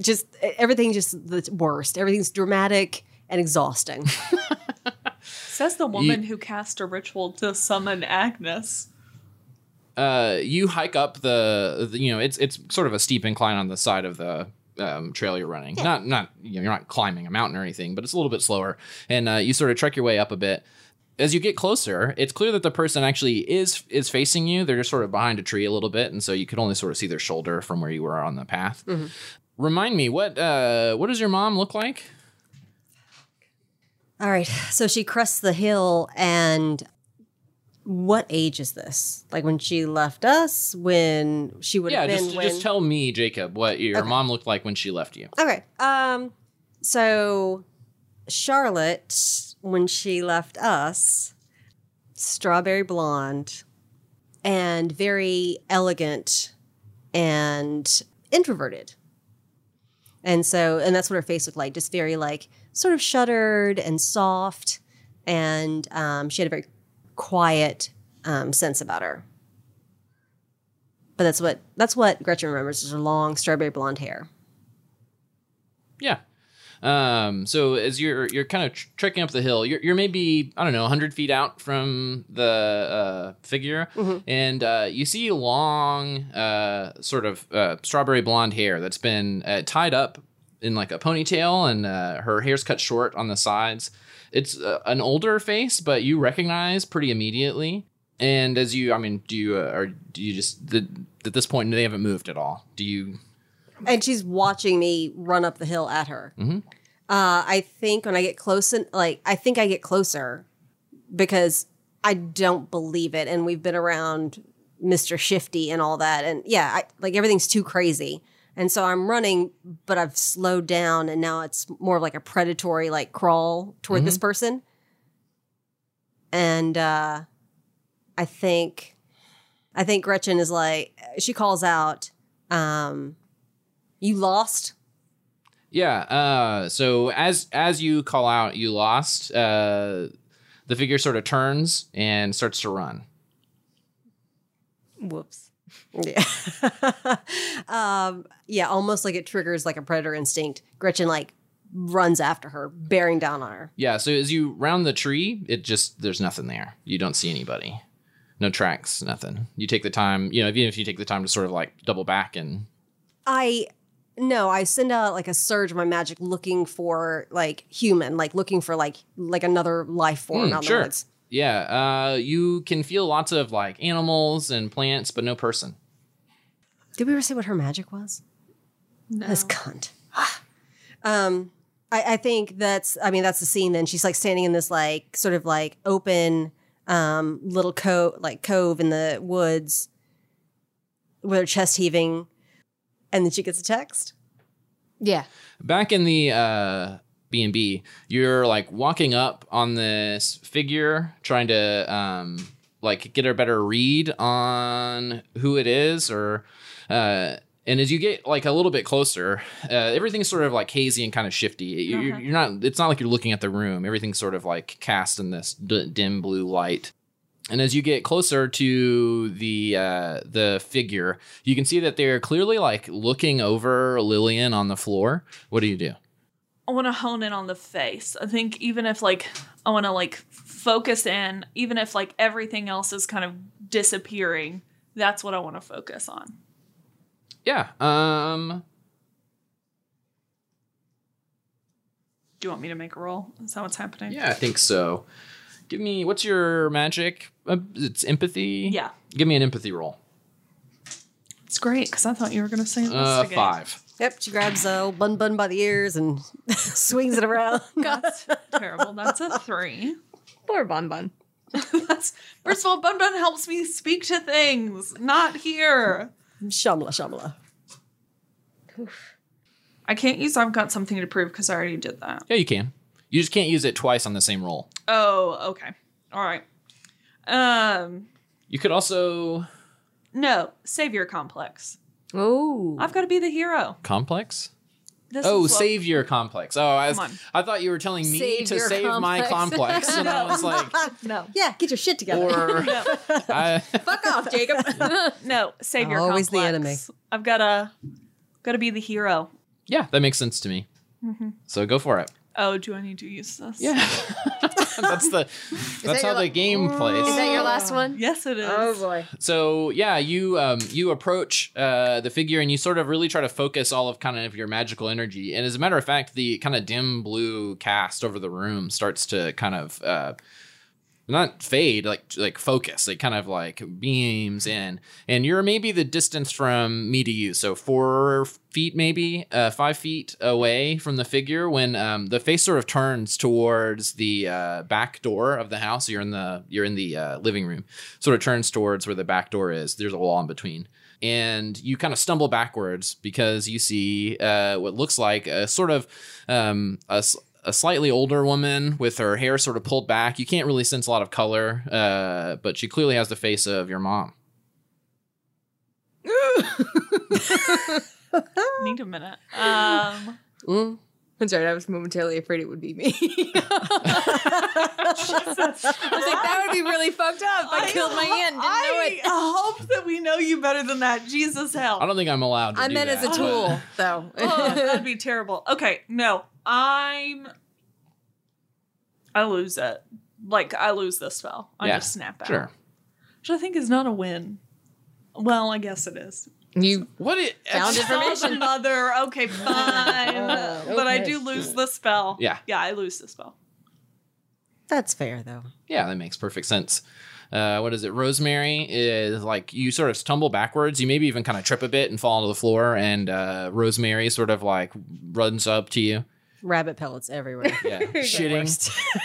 Speaker 2: just everything, just the worst. Everything's dramatic and exhausting.
Speaker 1: Says the woman who cast a ritual to summon Agnes.
Speaker 4: Uh, you hike up the, the you know it's it's sort of a steep incline on the side of the um, trail you're running. Not not you know, you're not climbing a mountain or anything, but it's a little bit slower, and uh, you sort of trek your way up a bit. As you get closer, it's clear that the person actually is is facing you. They're just sort of behind a tree a little bit, and so you could only sort of see their shoulder from where you were on the path. Remind me what uh, what does your mom look like?
Speaker 2: All right. So she crests the hill and what age is this? Like when she left us, when she would
Speaker 4: Yeah,
Speaker 2: have been
Speaker 4: just
Speaker 2: when
Speaker 4: just tell me, Jacob, what your mom looked like when she left you.
Speaker 2: Okay. Um so Charlotte when she left us strawberry blonde and very elegant and introverted. And so and that's what her face looked like, just very like sort of shuttered and soft and um, she had a very quiet um, sense about her. But that's what that's what Gretchen remembers is her long strawberry blonde hair.
Speaker 4: Yeah. Um, so as you're you're kind of tr- trekking up the hill, you're, you're maybe I don't know 100 feet out from the uh, figure, and uh, you see long uh, sort of uh, strawberry blonde hair that's been uh, tied up in like a ponytail, and uh, her hair's cut short on the sides. It's uh, an older face, but you recognize pretty immediately. And as you, I mean, do you uh, or do you just the, at this point they haven't moved at all? Do you
Speaker 2: and she's watching me run up the hill at her.
Speaker 4: Mhm.
Speaker 2: Uh, I think when I get close, and like I think I get closer because I don't believe it, and we've been around Mister Shifty and all that, and yeah, I, like everything's too crazy, And so I'm running, but I've slowed down, and now it's more of like a predatory like crawl toward this person. And uh, I think, I think Gretchen is like she calls out, um, "You lost."
Speaker 4: Yeah. Uh, so as as you call out, you lost. Uh, the figure sort of turns and starts to run.
Speaker 3: Whoops.
Speaker 2: Yeah. um, yeah, almost like it triggers like a predator instinct. Gretchen like runs after her, bearing down on her.
Speaker 4: Yeah. So as you round the tree, it just there's nothing there. You don't see anybody. No tracks. Nothing. You take the time. You know, even if you take the time to sort of like double back and
Speaker 2: I no, I send out like a surge of my magic looking for like human, like looking for like like another life form
Speaker 4: Hmm,
Speaker 2: out in
Speaker 4: sure.
Speaker 2: the woods.
Speaker 4: yeah, uh, you can feel lots of like animals and plants, but no person.
Speaker 2: Did we ever say what her magic was?
Speaker 1: No.
Speaker 2: This cunt. Ah. um, I, I think that's. I mean, that's the scene. Then she's like standing in this like sort of like open um little cove like cove in the woods with her chest heaving, and then she gets a text.
Speaker 3: Yeah.
Speaker 4: back in the uh b&b you're like walking up on this figure trying to um like get a better read on who it is or uh and as you get like a little bit closer uh everything's sort of like hazy and kind of shifty You- you're,
Speaker 1: Uh-huh.
Speaker 4: you're not it's not like you're looking at the room everything's sort of like cast in this d- dim blue light and as you get closer to the uh, the figure, you can see that they're clearly like looking over Lillian on the floor. What do you do?
Speaker 1: I want to hone in on the face. I think even if like I want to like focus in, even if like everything else is kind of disappearing, that's what I want to focus on.
Speaker 4: Yeah. Um.
Speaker 1: Do you want me to make a roll? Is that what's happening?
Speaker 4: Yeah, I think so. Give me what's your magic? Uh, it's empathy.
Speaker 1: Yeah.
Speaker 4: Give me an empathy roll.
Speaker 1: It's great because I thought you were going to say
Speaker 4: Uh,
Speaker 1: investigate.
Speaker 4: five.
Speaker 2: Yep, she grabs uh, old Bun Bun by the ears and swings it around.
Speaker 1: That's terrible. That's a three.
Speaker 3: Poor Bon Bon.
Speaker 1: That's first of all, Bun Bun helps me speak to things, not here.
Speaker 2: Shamla, shamla.
Speaker 1: I can't use I've got something to prove because I already did that.
Speaker 4: Yeah, you can. You just can't use it twice on the same roll.
Speaker 1: Oh, okay. All right. Um,
Speaker 4: You could also
Speaker 1: no, savior complex.
Speaker 3: Oh.
Speaker 1: I've got to be the hero.
Speaker 4: complex.
Speaker 1: This
Speaker 4: Oh,
Speaker 1: is what-
Speaker 4: save your complex. Oh, I, was-
Speaker 1: Come on.
Speaker 4: I thought you were telling me
Speaker 3: Save
Speaker 4: to
Speaker 3: your
Speaker 4: save my
Speaker 3: complex.
Speaker 4: complex, and I was like,
Speaker 3: No.
Speaker 2: Yeah, get your shit together.
Speaker 4: or I,
Speaker 3: Fuck off, Jacob.
Speaker 1: No, savior
Speaker 2: Always the
Speaker 1: complex.
Speaker 2: enemy.
Speaker 1: I've got to, got to be the hero.
Speaker 4: Yeah, that makes sense to me. So go for it.
Speaker 1: Oh, do I need to use this?
Speaker 4: that's the that's how
Speaker 3: your
Speaker 4: the
Speaker 3: li-
Speaker 4: game plays.
Speaker 3: Is that your last one?
Speaker 1: Yes, it is.
Speaker 3: boy.
Speaker 4: so yeah, you um you approach uh the figure and you sort of really try to focus all of kind of your magical energy. And as a matter of fact, the kind of dim blue cast over the room starts to kind of uh not fade like like focus it kind of like beams in and you're maybe the distance from me to you so four feet maybe uh, five feet away from the figure when um, the face sort of turns towards the uh, back door of the house you're in the you're in the uh, living room sort of turns towards where the back door is there's a wall in between and you kind of stumble backwards because you see uh, what looks like a sort of um, a, s- a slightly older woman with her hair sort of pulled back. You can't really sense a lot of color, uh, but she clearly has the face of your mom.
Speaker 1: Need a minute. Um,
Speaker 2: Mm.
Speaker 3: I'm sorry, I was momentarily afraid it would be me. I was like, that would be really fucked up. I, killed my aunt. Didn't know
Speaker 1: I
Speaker 3: it.
Speaker 1: hope that we know you better than that. Jesus hell.
Speaker 4: I don't think I'm allowed to
Speaker 3: I
Speaker 4: do
Speaker 3: meant
Speaker 4: that,
Speaker 3: as a tool, though.
Speaker 1: oh, that'd be terrible. Okay, no, I'm. I lose it. Like I lose the spell. I
Speaker 4: Yeah,
Speaker 1: just snap
Speaker 4: but-
Speaker 1: out,
Speaker 4: Sure.
Speaker 1: which I think is not a win. Well, I guess it is.
Speaker 3: You
Speaker 4: What it.
Speaker 3: Found
Speaker 1: It's
Speaker 3: it. information.
Speaker 1: not the mother. Okay, fine.
Speaker 2: Oh,
Speaker 1: But I
Speaker 2: okay.
Speaker 1: do lose the spell.
Speaker 4: Yeah.
Speaker 1: Yeah, I lose the spell.
Speaker 2: That's fair though.
Speaker 4: Yeah, that makes perfect sense. Uh, what is it? Rosemary is like you sort of stumble backwards. You maybe even kind of trip a bit and fall onto the floor. And uh, Rosemary sort of like runs up to you.
Speaker 2: Rabbit pellets everywhere.
Speaker 4: Yeah, shitting.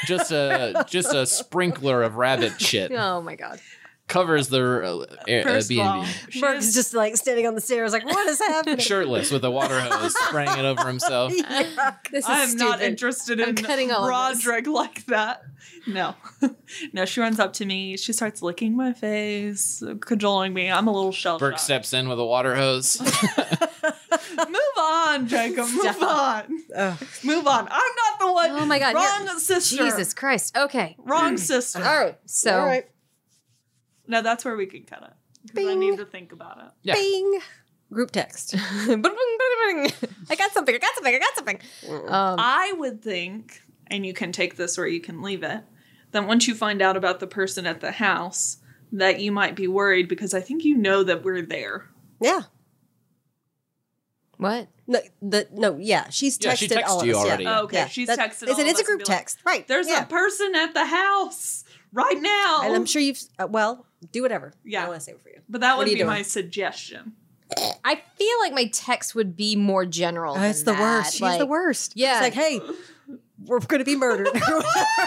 Speaker 4: just a just a sprinkler of rabbit shit.
Speaker 3: Oh my god.
Speaker 4: covers the uh, air- uh,
Speaker 1: First
Speaker 4: B
Speaker 1: of
Speaker 4: and
Speaker 1: all,
Speaker 4: B.
Speaker 1: she
Speaker 2: Mark's
Speaker 1: is-
Speaker 2: just like standing on the stairs, like, what is happening?
Speaker 4: Shirtless with a water hose, spraying it over himself.
Speaker 2: Yeah.
Speaker 3: This is
Speaker 1: I'm not
Speaker 3: stupid.
Speaker 1: interested
Speaker 3: I'm
Speaker 1: in
Speaker 3: cutting all of this.
Speaker 1: Roderick like that. No. no, she runs up to me. She starts licking my face, cajoling me. I'm a little shell
Speaker 4: Burke
Speaker 1: shocked.
Speaker 4: steps in with a water hose.
Speaker 1: Move on, Jacob. Move
Speaker 2: Stop.
Speaker 1: on.
Speaker 2: Ugh.
Speaker 1: Move on. I'm not the one.
Speaker 3: Oh my God,
Speaker 1: Wrong
Speaker 3: you're-
Speaker 1: sister.
Speaker 3: Jesus Christ. Okay.
Speaker 1: Wrong sister.
Speaker 3: All right. So
Speaker 2: All right.
Speaker 1: No, that's where we can cut it. 'Cause I
Speaker 2: Bing.
Speaker 1: need to think about it.
Speaker 4: Yeah.
Speaker 2: Bing. Group text.
Speaker 3: Bing, bing, bing, bing. I got something. I got something. I got something. Um,
Speaker 1: I would think, and you can take this or you can leave it, that once you find out about the person at the house, that you might be worried because I think you know that we're there.
Speaker 2: Yeah.
Speaker 3: what?
Speaker 2: No, the, no, yeah. She's texted
Speaker 4: Yeah, she texted
Speaker 2: all of
Speaker 4: you
Speaker 2: us.
Speaker 4: already.
Speaker 2: Yeah.
Speaker 1: Oh, okay,
Speaker 2: Yeah.
Speaker 1: she's
Speaker 2: That-
Speaker 1: texted
Speaker 2: They said
Speaker 1: all of
Speaker 2: it's a
Speaker 1: us
Speaker 2: group
Speaker 1: and be like,
Speaker 2: text. Right.
Speaker 1: There's
Speaker 2: yeah.
Speaker 1: a person at the house right now.
Speaker 2: And I'm sure you've, uh, well, do whatever.
Speaker 1: Yeah.
Speaker 2: I want to save it for you.
Speaker 1: but that
Speaker 2: What
Speaker 1: would
Speaker 2: are
Speaker 1: be
Speaker 2: you doing?
Speaker 1: my suggestion.
Speaker 3: I feel like my text would be more general.
Speaker 2: Oh, it's the
Speaker 3: than that.
Speaker 2: worst. She's the
Speaker 3: Like,
Speaker 2: worst. It's
Speaker 3: yeah.
Speaker 2: like, hey, we're going to be murdered.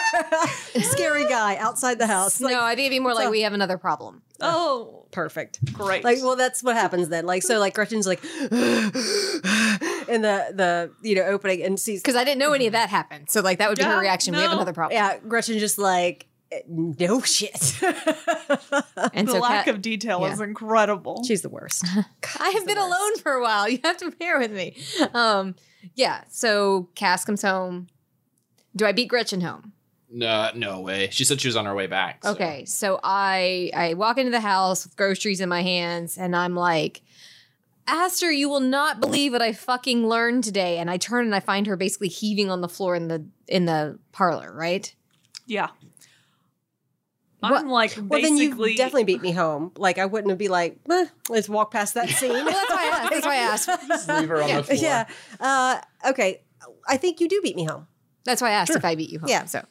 Speaker 2: Scary guy outside the house. Like,
Speaker 3: no, I think it'd be more
Speaker 2: what's
Speaker 3: like
Speaker 2: up?
Speaker 3: we have another problem.
Speaker 1: Oh,
Speaker 2: perfect.
Speaker 1: great.
Speaker 2: Like, well, that's what happens then. Like, so, like, Gretchen's like, in the, the, you know, opening and sees
Speaker 3: Because I didn't know any of that happened. So like that would be
Speaker 1: Yeah,
Speaker 3: her reaction. We have
Speaker 1: no.
Speaker 3: another problem.
Speaker 2: Yeah, Gretchen just like eh, no shit.
Speaker 3: And
Speaker 1: the
Speaker 3: so
Speaker 1: lack
Speaker 3: Kat-
Speaker 1: of detail
Speaker 3: yeah.
Speaker 1: is incredible.
Speaker 2: She's the worst.
Speaker 3: I have been alone for a while. You have to bear with me. Um, yeah. So Cass comes home. Do I beat Gretchen home?
Speaker 4: No, no way. She said she was on her way back. so-
Speaker 3: Okay, so I I walk into the house with groceries in my hands, and I'm like, Aster, you will not believe what I fucking learned today. And I turn and I find her basically heaving on the floor in the in the parlor. Right?
Speaker 1: yeah.
Speaker 3: Well-
Speaker 1: I'm like
Speaker 2: Well, then you
Speaker 1: basically
Speaker 2: definitely beat me home. Like I wouldn't be like, eh, let's walk past that scene.
Speaker 3: Well, that's why I asked. That's why I asked.
Speaker 4: Just leave her on the floor.
Speaker 2: yeah. Uh, okay. I think you do beat me home.
Speaker 3: That's why I asked if I beat you home.
Speaker 2: Yeah.
Speaker 3: So,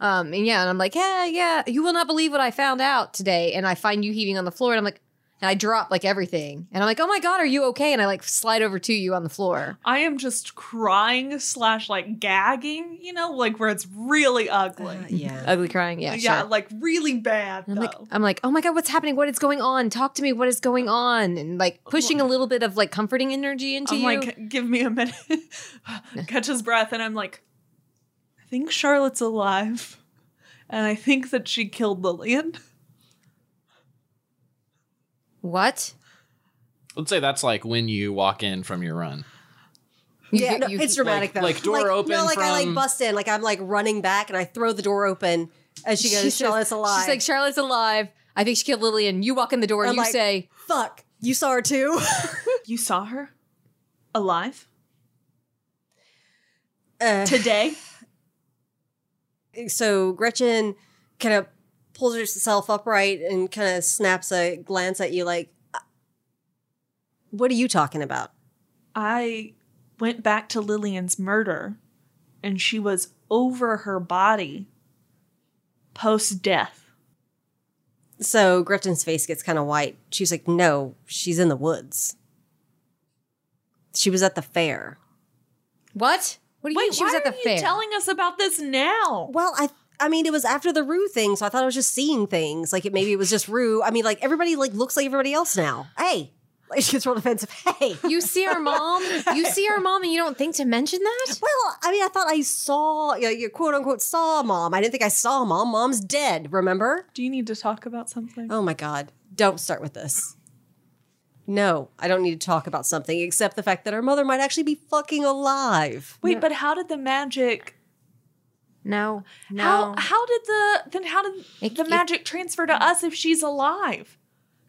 Speaker 3: um, and yeah, and I'm like, yeah, yeah, you will not believe what I found out today. And I find you heaving on the floor, and I'm like, and I drop like everything, and I'm like, oh my god, are you okay? And I like slide over to you on the floor.
Speaker 1: I am just crying slash like gagging, you know, like where it's really ugly.
Speaker 2: Uh,
Speaker 4: uh,
Speaker 2: yeah.
Speaker 3: Ugly crying, Uh, yeah,
Speaker 1: yeah,
Speaker 3: sure.
Speaker 1: like really bad
Speaker 3: And
Speaker 1: though.
Speaker 3: I'm like, I'm like, oh my god, what's happening? What is going on? Talk to me. What is going on? And like pushing a little bit of like comforting energy into
Speaker 1: I'm
Speaker 3: you.
Speaker 1: like, give me a minute. Catch his breath, and I'm like, I think Charlotte's alive, and I think that she killed Lillian.
Speaker 3: what?
Speaker 4: Let's say that's like when you walk in from your run.
Speaker 3: You-
Speaker 2: yeah,
Speaker 3: you-
Speaker 2: no,
Speaker 3: you-
Speaker 2: it's dramatic though.
Speaker 4: like, door open
Speaker 2: No, like I like
Speaker 4: from-
Speaker 2: bust in. Like I'm like running back and I throw the door open as she goes,
Speaker 3: says-
Speaker 2: Charlotte's alive.
Speaker 3: She's like, Charlotte's alive. I think she killed Lillian. You walk in the door.
Speaker 2: I'm
Speaker 3: you
Speaker 2: like-
Speaker 3: say,
Speaker 2: fuck. You saw her too.
Speaker 1: You saw her alive
Speaker 2: uh,
Speaker 1: today.
Speaker 2: so Gretchen kind of pulls herself upright and kind of snaps a glance at you like "Uh, what are you talking about
Speaker 1: I went back to Lillian's murder, and she was over her body post death.
Speaker 2: so gretchen's face gets kind of white she's like no she's in the woods she was at the fair
Speaker 3: "What? What do you mean
Speaker 1: Wait,
Speaker 3: she was
Speaker 1: why
Speaker 3: at the
Speaker 1: are you
Speaker 3: fair?"
Speaker 1: telling us about this now?
Speaker 2: well i i mean it was after the rue thing so i thought i was just seeing things like it maybe it was just rue i mean like everybody like looks like everybody else now hey like she gets real defensive hey
Speaker 3: you see her mom. You see her mom, and you don't think to mention that.
Speaker 2: Well, I mean, I thought I saw, you know, you quote unquote saw mom. I didn't think I saw mom. Mom's dead, remember?
Speaker 1: Do you need to talk about something?
Speaker 2: Oh my God. Don't start with this. No, I don't need to talk about something except the fact that her mother might actually be fucking alive.
Speaker 1: Wait, but how did the magic?
Speaker 3: No, no.
Speaker 1: How how did the then how did
Speaker 3: It-
Speaker 1: the
Speaker 3: it-
Speaker 1: magic transfer to us if she's alive?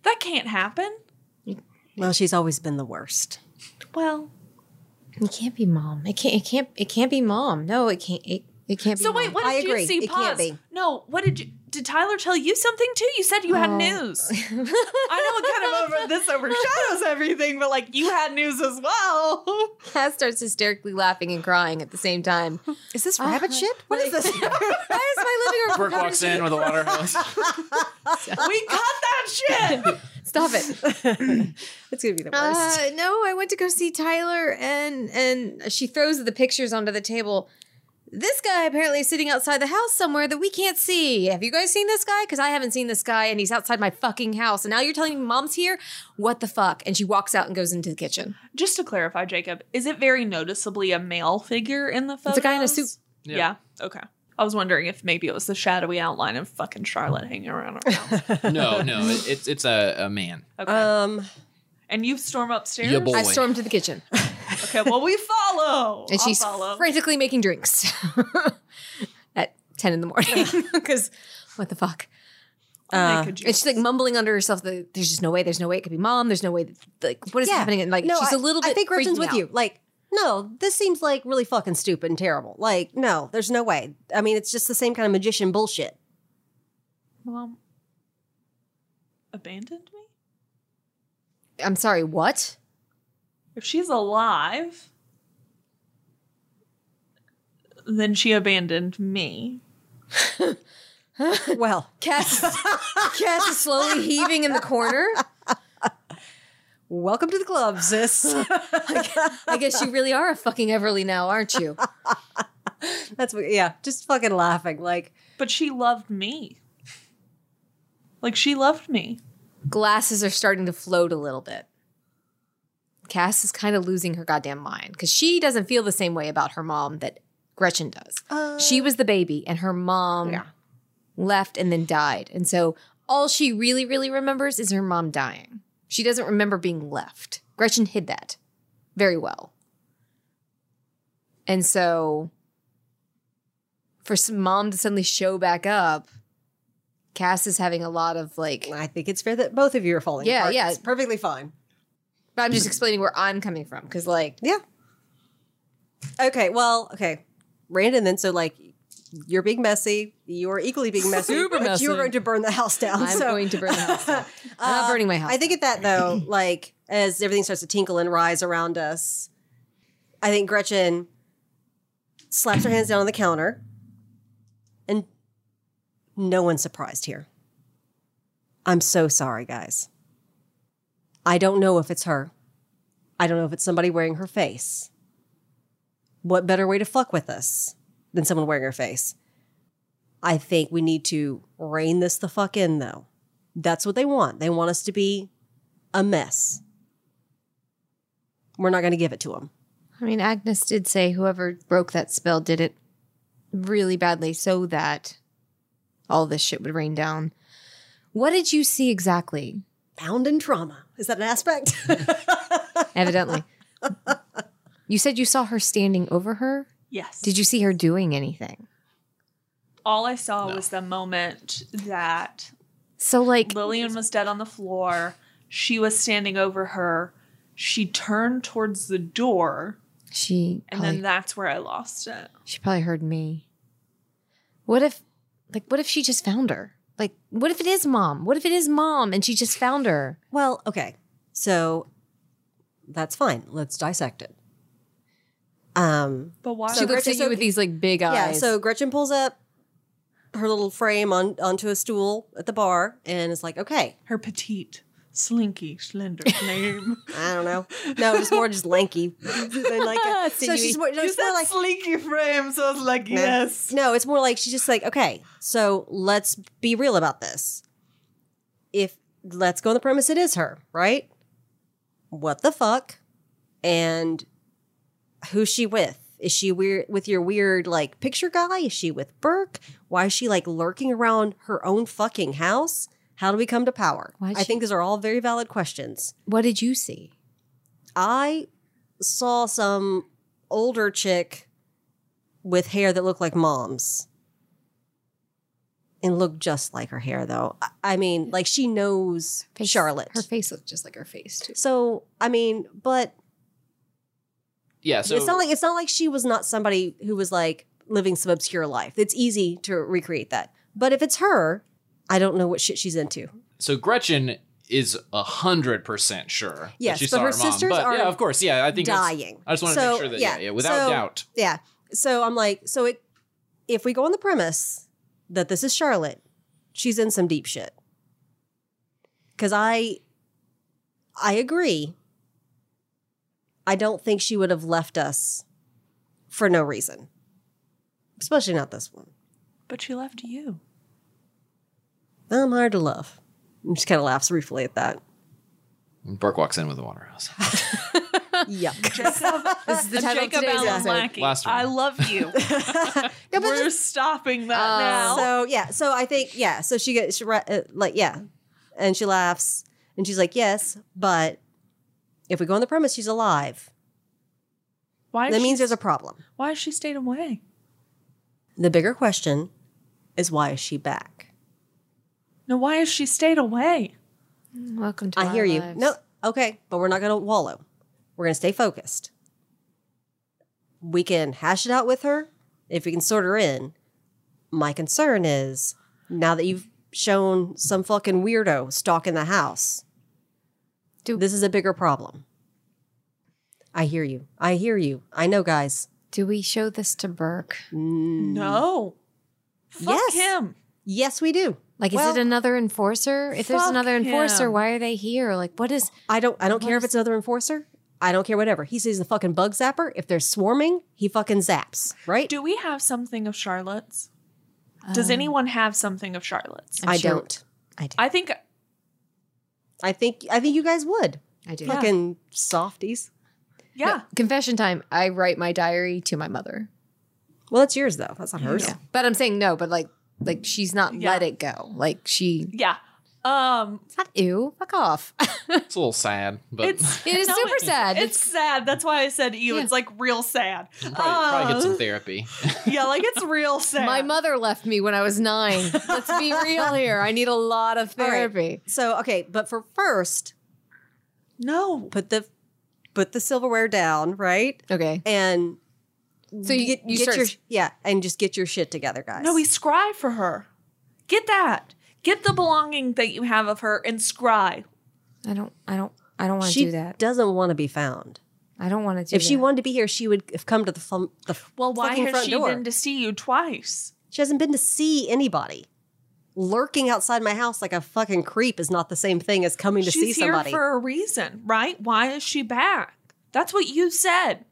Speaker 1: That can't happen.
Speaker 2: Well, she's always been the worst.
Speaker 1: Well,
Speaker 3: it can't be mom. It can't. It can't. It can't be mom. No, it can't. It, it can't be.
Speaker 1: so wait,
Speaker 3: Mom.
Speaker 1: what did
Speaker 2: I agree.
Speaker 1: you see?
Speaker 2: It
Speaker 1: Pause.
Speaker 2: can't be.
Speaker 1: No, what did you? Did Tyler tell you something too? You said you had
Speaker 3: Oh.
Speaker 1: news. I know it kind of over this overshadows everything, but like you had news as well.
Speaker 3: Cass starts hysterically laughing and crying at the same time.
Speaker 2: Is this rabbit
Speaker 3: Uh-huh.
Speaker 2: shit? What is this?
Speaker 3: Why is my living room?
Speaker 4: Burke walks in with a water hose.
Speaker 1: we cut that shit.
Speaker 3: Stop it.
Speaker 2: it's going to be the
Speaker 3: Uh,
Speaker 2: worst.
Speaker 3: no, I went to go see Tyler, and and she throws the pictures onto the table. this guy apparently is sitting outside the house somewhere that we can't see. Have you guys seen this guy? Because I haven't seen this guy and he's outside my fucking house. And now you're telling me mom's here? What the fuck? And she walks out and goes into the kitchen.
Speaker 1: Just to clarify, Jacob, is it very noticeably a male figure in the photo?
Speaker 3: It's a guy in a suit.
Speaker 1: Yeah. Okay. I was wondering if maybe it was the shadowy outline of fucking Charlotte hanging around our house.
Speaker 4: No, no, it, it's it's a, a man.
Speaker 1: Okay.
Speaker 3: Uh,
Speaker 2: Um,
Speaker 1: and you storm upstairs.
Speaker 4: Yeah, boy.
Speaker 3: I stormed to the kitchen.
Speaker 1: Okay. Well, we follow.
Speaker 3: and
Speaker 1: I'll
Speaker 3: she's
Speaker 1: follow.
Speaker 3: frantically making drinks at 10 in the morning because what the fuck
Speaker 1: I'll make
Speaker 2: Uh,
Speaker 1: a
Speaker 3: and she's like
Speaker 1: juice.
Speaker 3: mumbling under herself that there's just no way there's no way it could be mom there's no way that, like what is
Speaker 2: Yeah.
Speaker 3: happening and like
Speaker 2: no,
Speaker 3: she's
Speaker 2: I-
Speaker 3: a little bit
Speaker 2: I think Griffin's
Speaker 3: freaking
Speaker 2: with
Speaker 3: out.
Speaker 2: you. Like, no, this seems like really fucking stupid and terrible. Like, no, there's no way. I mean, it's just the same kind of magician bullshit.
Speaker 1: Mom abandoned me?
Speaker 3: i'm sorry what
Speaker 1: If she's alive, then she abandoned me.
Speaker 2: well,
Speaker 3: cass cass is slowly heaving in the corner
Speaker 2: welcome to the club, sis.
Speaker 3: i guess you really are a fucking everly now aren't you
Speaker 2: That's what, yeah, just fucking laughing. Like,
Speaker 1: But she loved me. Like she loved me.
Speaker 3: glasses are starting to float a little bit. Cass is kind of losing her goddamn mind because she doesn't feel the same way about her mom that Gretchen does. she was the baby, and her mom
Speaker 2: Yeah.
Speaker 3: left and then died. And so all she really, really remembers is her mom dying. She doesn't remember being left. Gretchen hid that very well. And so for s- mom to suddenly show back up, Cass is having a lot of like
Speaker 2: I think it's fair that both of you are falling.
Speaker 3: Yeah,
Speaker 2: apart.
Speaker 3: yeah.
Speaker 2: It's perfectly fine.
Speaker 3: But I'm just explaining where I'm coming from because, like,
Speaker 2: Yeah. Okay, well, okay. Brandon, then, so like, you're being messy. You're equally being messy.
Speaker 3: Super
Speaker 2: but
Speaker 3: messy.
Speaker 2: You're going to burn the house down.
Speaker 3: I'm
Speaker 2: so-
Speaker 3: going to burn the house. down. I'm not
Speaker 2: Uh,
Speaker 3: burning my house.
Speaker 2: I think at that though, like as everything starts to tinkle and rise around us, I think Gretchen slaps her hands down on the counter, and no one's surprised here. I'm so sorry, guys. I don't know if it's her. I don't know if it's somebody wearing her face. What better way to fuck with us than someone wearing her face? I think we need to rein this the fuck in though. That's what they want. They want us to be a mess. We're not going to give it to them.
Speaker 3: I mean, Agnes did say whoever broke that spell did it really badly so that all this shit would rain down. What did you see exactly?
Speaker 2: Bound in trauma. Is that an aspect?
Speaker 3: Evidently. you said you saw her standing over her.
Speaker 1: Yes.
Speaker 3: Did you see her doing anything?
Speaker 1: All I saw was the moment that
Speaker 3: So, like,
Speaker 1: Lillian was dead on the floor. She was standing over her. She turned towards the door,
Speaker 3: she
Speaker 1: and
Speaker 3: probably-
Speaker 1: then that's where I lost it.
Speaker 3: She probably heard me. What if, like, what if she just found her? Like, what if it is mom? What if it is mom and she just found her?
Speaker 2: well, okay. So that's fine. Let's dissect it. Um,
Speaker 1: But why?
Speaker 3: She looks at you with these like big
Speaker 2: yeah,
Speaker 3: eyes.
Speaker 2: so Gretchen pulls up her little frame on onto a stool at the bar and is like, "Okay,
Speaker 1: her petite, slinky, slender frame.
Speaker 2: I don't know. No, just more just lanky." Than like a- so she's more, no,
Speaker 1: you
Speaker 2: it's more
Speaker 1: said
Speaker 2: like
Speaker 1: slinky frame, so I was like,
Speaker 2: No.
Speaker 1: yes.
Speaker 2: No, it's more like she's just like, okay, so let's be real about this. If let's go on the premise it is her, right? What the fuck? And who's she with? Is she weird with your weird like picture guy? Is she with Burke? Why is she like lurking around her own fucking house? How do we come to power?
Speaker 3: Why'd
Speaker 2: I
Speaker 3: she-
Speaker 2: think these are all very valid questions.
Speaker 3: what did you see?
Speaker 2: I saw some older chick with hair that looked like mom's and looked just like her hair, though. I, I mean, like she knows Charlotte.
Speaker 3: Her face looked just like her face too.
Speaker 2: so, I mean, but
Speaker 4: Yeah, so
Speaker 2: it's not like it's not like she was not somebody who was like living some obscure life. It's easy to recreate that. But if it's her, I don't know what shit she's into.
Speaker 4: so Gretchen is a hundred percent sure.
Speaker 2: Yes,
Speaker 4: that
Speaker 2: but
Speaker 4: she saw
Speaker 2: her
Speaker 4: her, mom.
Speaker 2: sisters
Speaker 4: but
Speaker 2: are
Speaker 4: yeah, of course, yeah. I think that's-
Speaker 2: Dying.
Speaker 4: I just want to
Speaker 2: So,
Speaker 4: make sure that yeah,
Speaker 2: yeah,
Speaker 4: yeah without
Speaker 2: so-
Speaker 4: doubt.
Speaker 2: Yeah. So I'm like, so it if we go on the premise that this is Charlotte, she's in some deep shit. Cause I I agree. I don't think she would have left us for no reason. especially not this one.
Speaker 1: But she left you.
Speaker 2: I'm hard to love. And she kind of laughs ruefully at that.
Speaker 4: And Burke walks in with a water hose.
Speaker 2: Yuck.
Speaker 1: Jacob,
Speaker 3: This is the
Speaker 1: I'm
Speaker 3: title of
Speaker 1: Jacob
Speaker 3: today's
Speaker 1: Allen
Speaker 3: episode.
Speaker 1: Lackey.
Speaker 4: Last one.
Speaker 1: I love you.
Speaker 2: No, but
Speaker 1: We're
Speaker 2: just- um,
Speaker 1: stopping that
Speaker 3: Uh,
Speaker 1: now.
Speaker 2: So yeah, so I think yeah, so she gets she, ra- uh, like yeah, and she laughs and she's like yes, but if we go on the premise she's alive,
Speaker 1: why is
Speaker 2: that
Speaker 1: she-
Speaker 2: means there's a problem.
Speaker 1: why has she stayed away?
Speaker 2: The bigger question is why is she back?
Speaker 1: No, why has she stayed away?
Speaker 3: Welcome to
Speaker 2: I
Speaker 3: our
Speaker 2: hear you.
Speaker 3: lives.
Speaker 2: No, okay, but we're not going to wallow. We're going to stay focused. We can hash it out with her if we can sort her in. My concern is now that you've shown some fucking weirdo stalking the house,
Speaker 3: Do-
Speaker 2: this is a bigger problem. I hear you. I hear you. I know, guys.
Speaker 3: Do we show this to Burke?
Speaker 2: Mm,
Speaker 1: No. Fuck
Speaker 2: Yes.
Speaker 1: him.
Speaker 2: Yes, we do.
Speaker 3: Like,
Speaker 2: Well,
Speaker 3: is it another enforcer? If there's
Speaker 1: fuck
Speaker 3: another enforcer,
Speaker 1: him.
Speaker 3: why are they here? Like, what is?
Speaker 2: I don't. I don't care if it's another enforcer. I don't care. Whatever. He sees the fucking bug zapper. If they're swarming, he fucking zaps. Right.
Speaker 1: Do we have something of Charlotte's?
Speaker 2: Um,
Speaker 1: Does anyone have something of Charlotte's?
Speaker 3: I'm
Speaker 2: I
Speaker 3: sure-
Speaker 2: don't.
Speaker 3: I do.
Speaker 1: I think
Speaker 2: I think I think you guys would.
Speaker 3: I do.
Speaker 2: Fucking softies.
Speaker 1: yeah.
Speaker 3: No, confession time. I write my diary to my mother.
Speaker 2: Well, that's yours though. That's not hers.
Speaker 3: Yeah. But I'm saying no. But like, like she's not
Speaker 1: Yeah.
Speaker 3: let it go. Like she.
Speaker 1: Yeah. Um
Speaker 3: It's not ew. Fuck off.
Speaker 4: It's a little sad, but
Speaker 1: it's
Speaker 3: It is
Speaker 1: no,
Speaker 3: super sad.
Speaker 1: It's sad. That's why I said you.
Speaker 3: Yeah.
Speaker 1: It's like real sad.
Speaker 4: probably, probably get
Speaker 1: Uh,
Speaker 2: Oh.
Speaker 4: some therapy.
Speaker 1: yeah, like it's real sad.
Speaker 3: My mother left me when I was nine. Let's be real here. I need a lot of
Speaker 2: All right.
Speaker 3: therapy.
Speaker 2: So okay, but for first,
Speaker 1: No.
Speaker 2: put the put the silverware down, right?
Speaker 3: Okay.
Speaker 2: And
Speaker 3: So you
Speaker 2: get,
Speaker 3: you
Speaker 2: get
Speaker 3: start.
Speaker 2: your yeah, and just get your shit together, guys.
Speaker 1: No, we scry for her. Get that. Get the belonging that you have of her and scry.
Speaker 3: I don't. I don't. I don't want to
Speaker 2: she
Speaker 3: do that.
Speaker 2: doesn't want to be found.
Speaker 3: I don't want to do.
Speaker 2: If she
Speaker 3: that.
Speaker 2: wanted to be here, she would have come to the fun, the
Speaker 1: Well, why
Speaker 2: fucking
Speaker 1: has
Speaker 2: front
Speaker 1: she
Speaker 2: door.
Speaker 1: been to see you twice?
Speaker 2: she hasn't been to see anybody. Lurking outside my house like a fucking creep is not the same thing as coming to
Speaker 1: She's
Speaker 2: see
Speaker 1: here
Speaker 2: somebody.
Speaker 1: for a reason, right? Why is she back? That's what you said.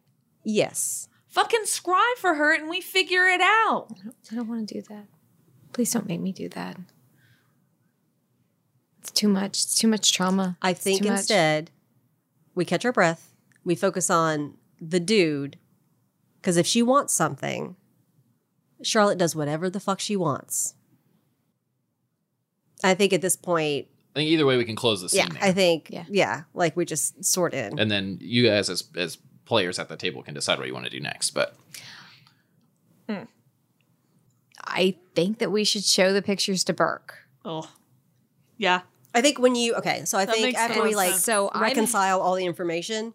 Speaker 2: yes.
Speaker 1: Fucking scry for her and we figure it out.
Speaker 3: I don't want to do that. Please don't make me do that. It's too much. It's too much trauma.
Speaker 2: I
Speaker 3: It's
Speaker 2: think
Speaker 3: too much.
Speaker 2: instead we catch our breath, we focus on the dude, because if she wants something, Charlotte does whatever the fuck she wants. I think at this point,
Speaker 4: I think either way we can close the scene.
Speaker 2: yeah,
Speaker 4: there.
Speaker 2: I think, yeah.
Speaker 3: Yeah.
Speaker 2: like we just sort in.
Speaker 4: and then you guys as as players at the table can decide what you want to do next. But
Speaker 3: I think that we should show the pictures to Burke.
Speaker 1: Oh. Yeah.
Speaker 2: I think when you, okay, so I
Speaker 1: That
Speaker 2: think
Speaker 1: makes
Speaker 2: after we
Speaker 1: total
Speaker 2: like
Speaker 1: sense.
Speaker 3: So I'm-
Speaker 2: reconcile all the information,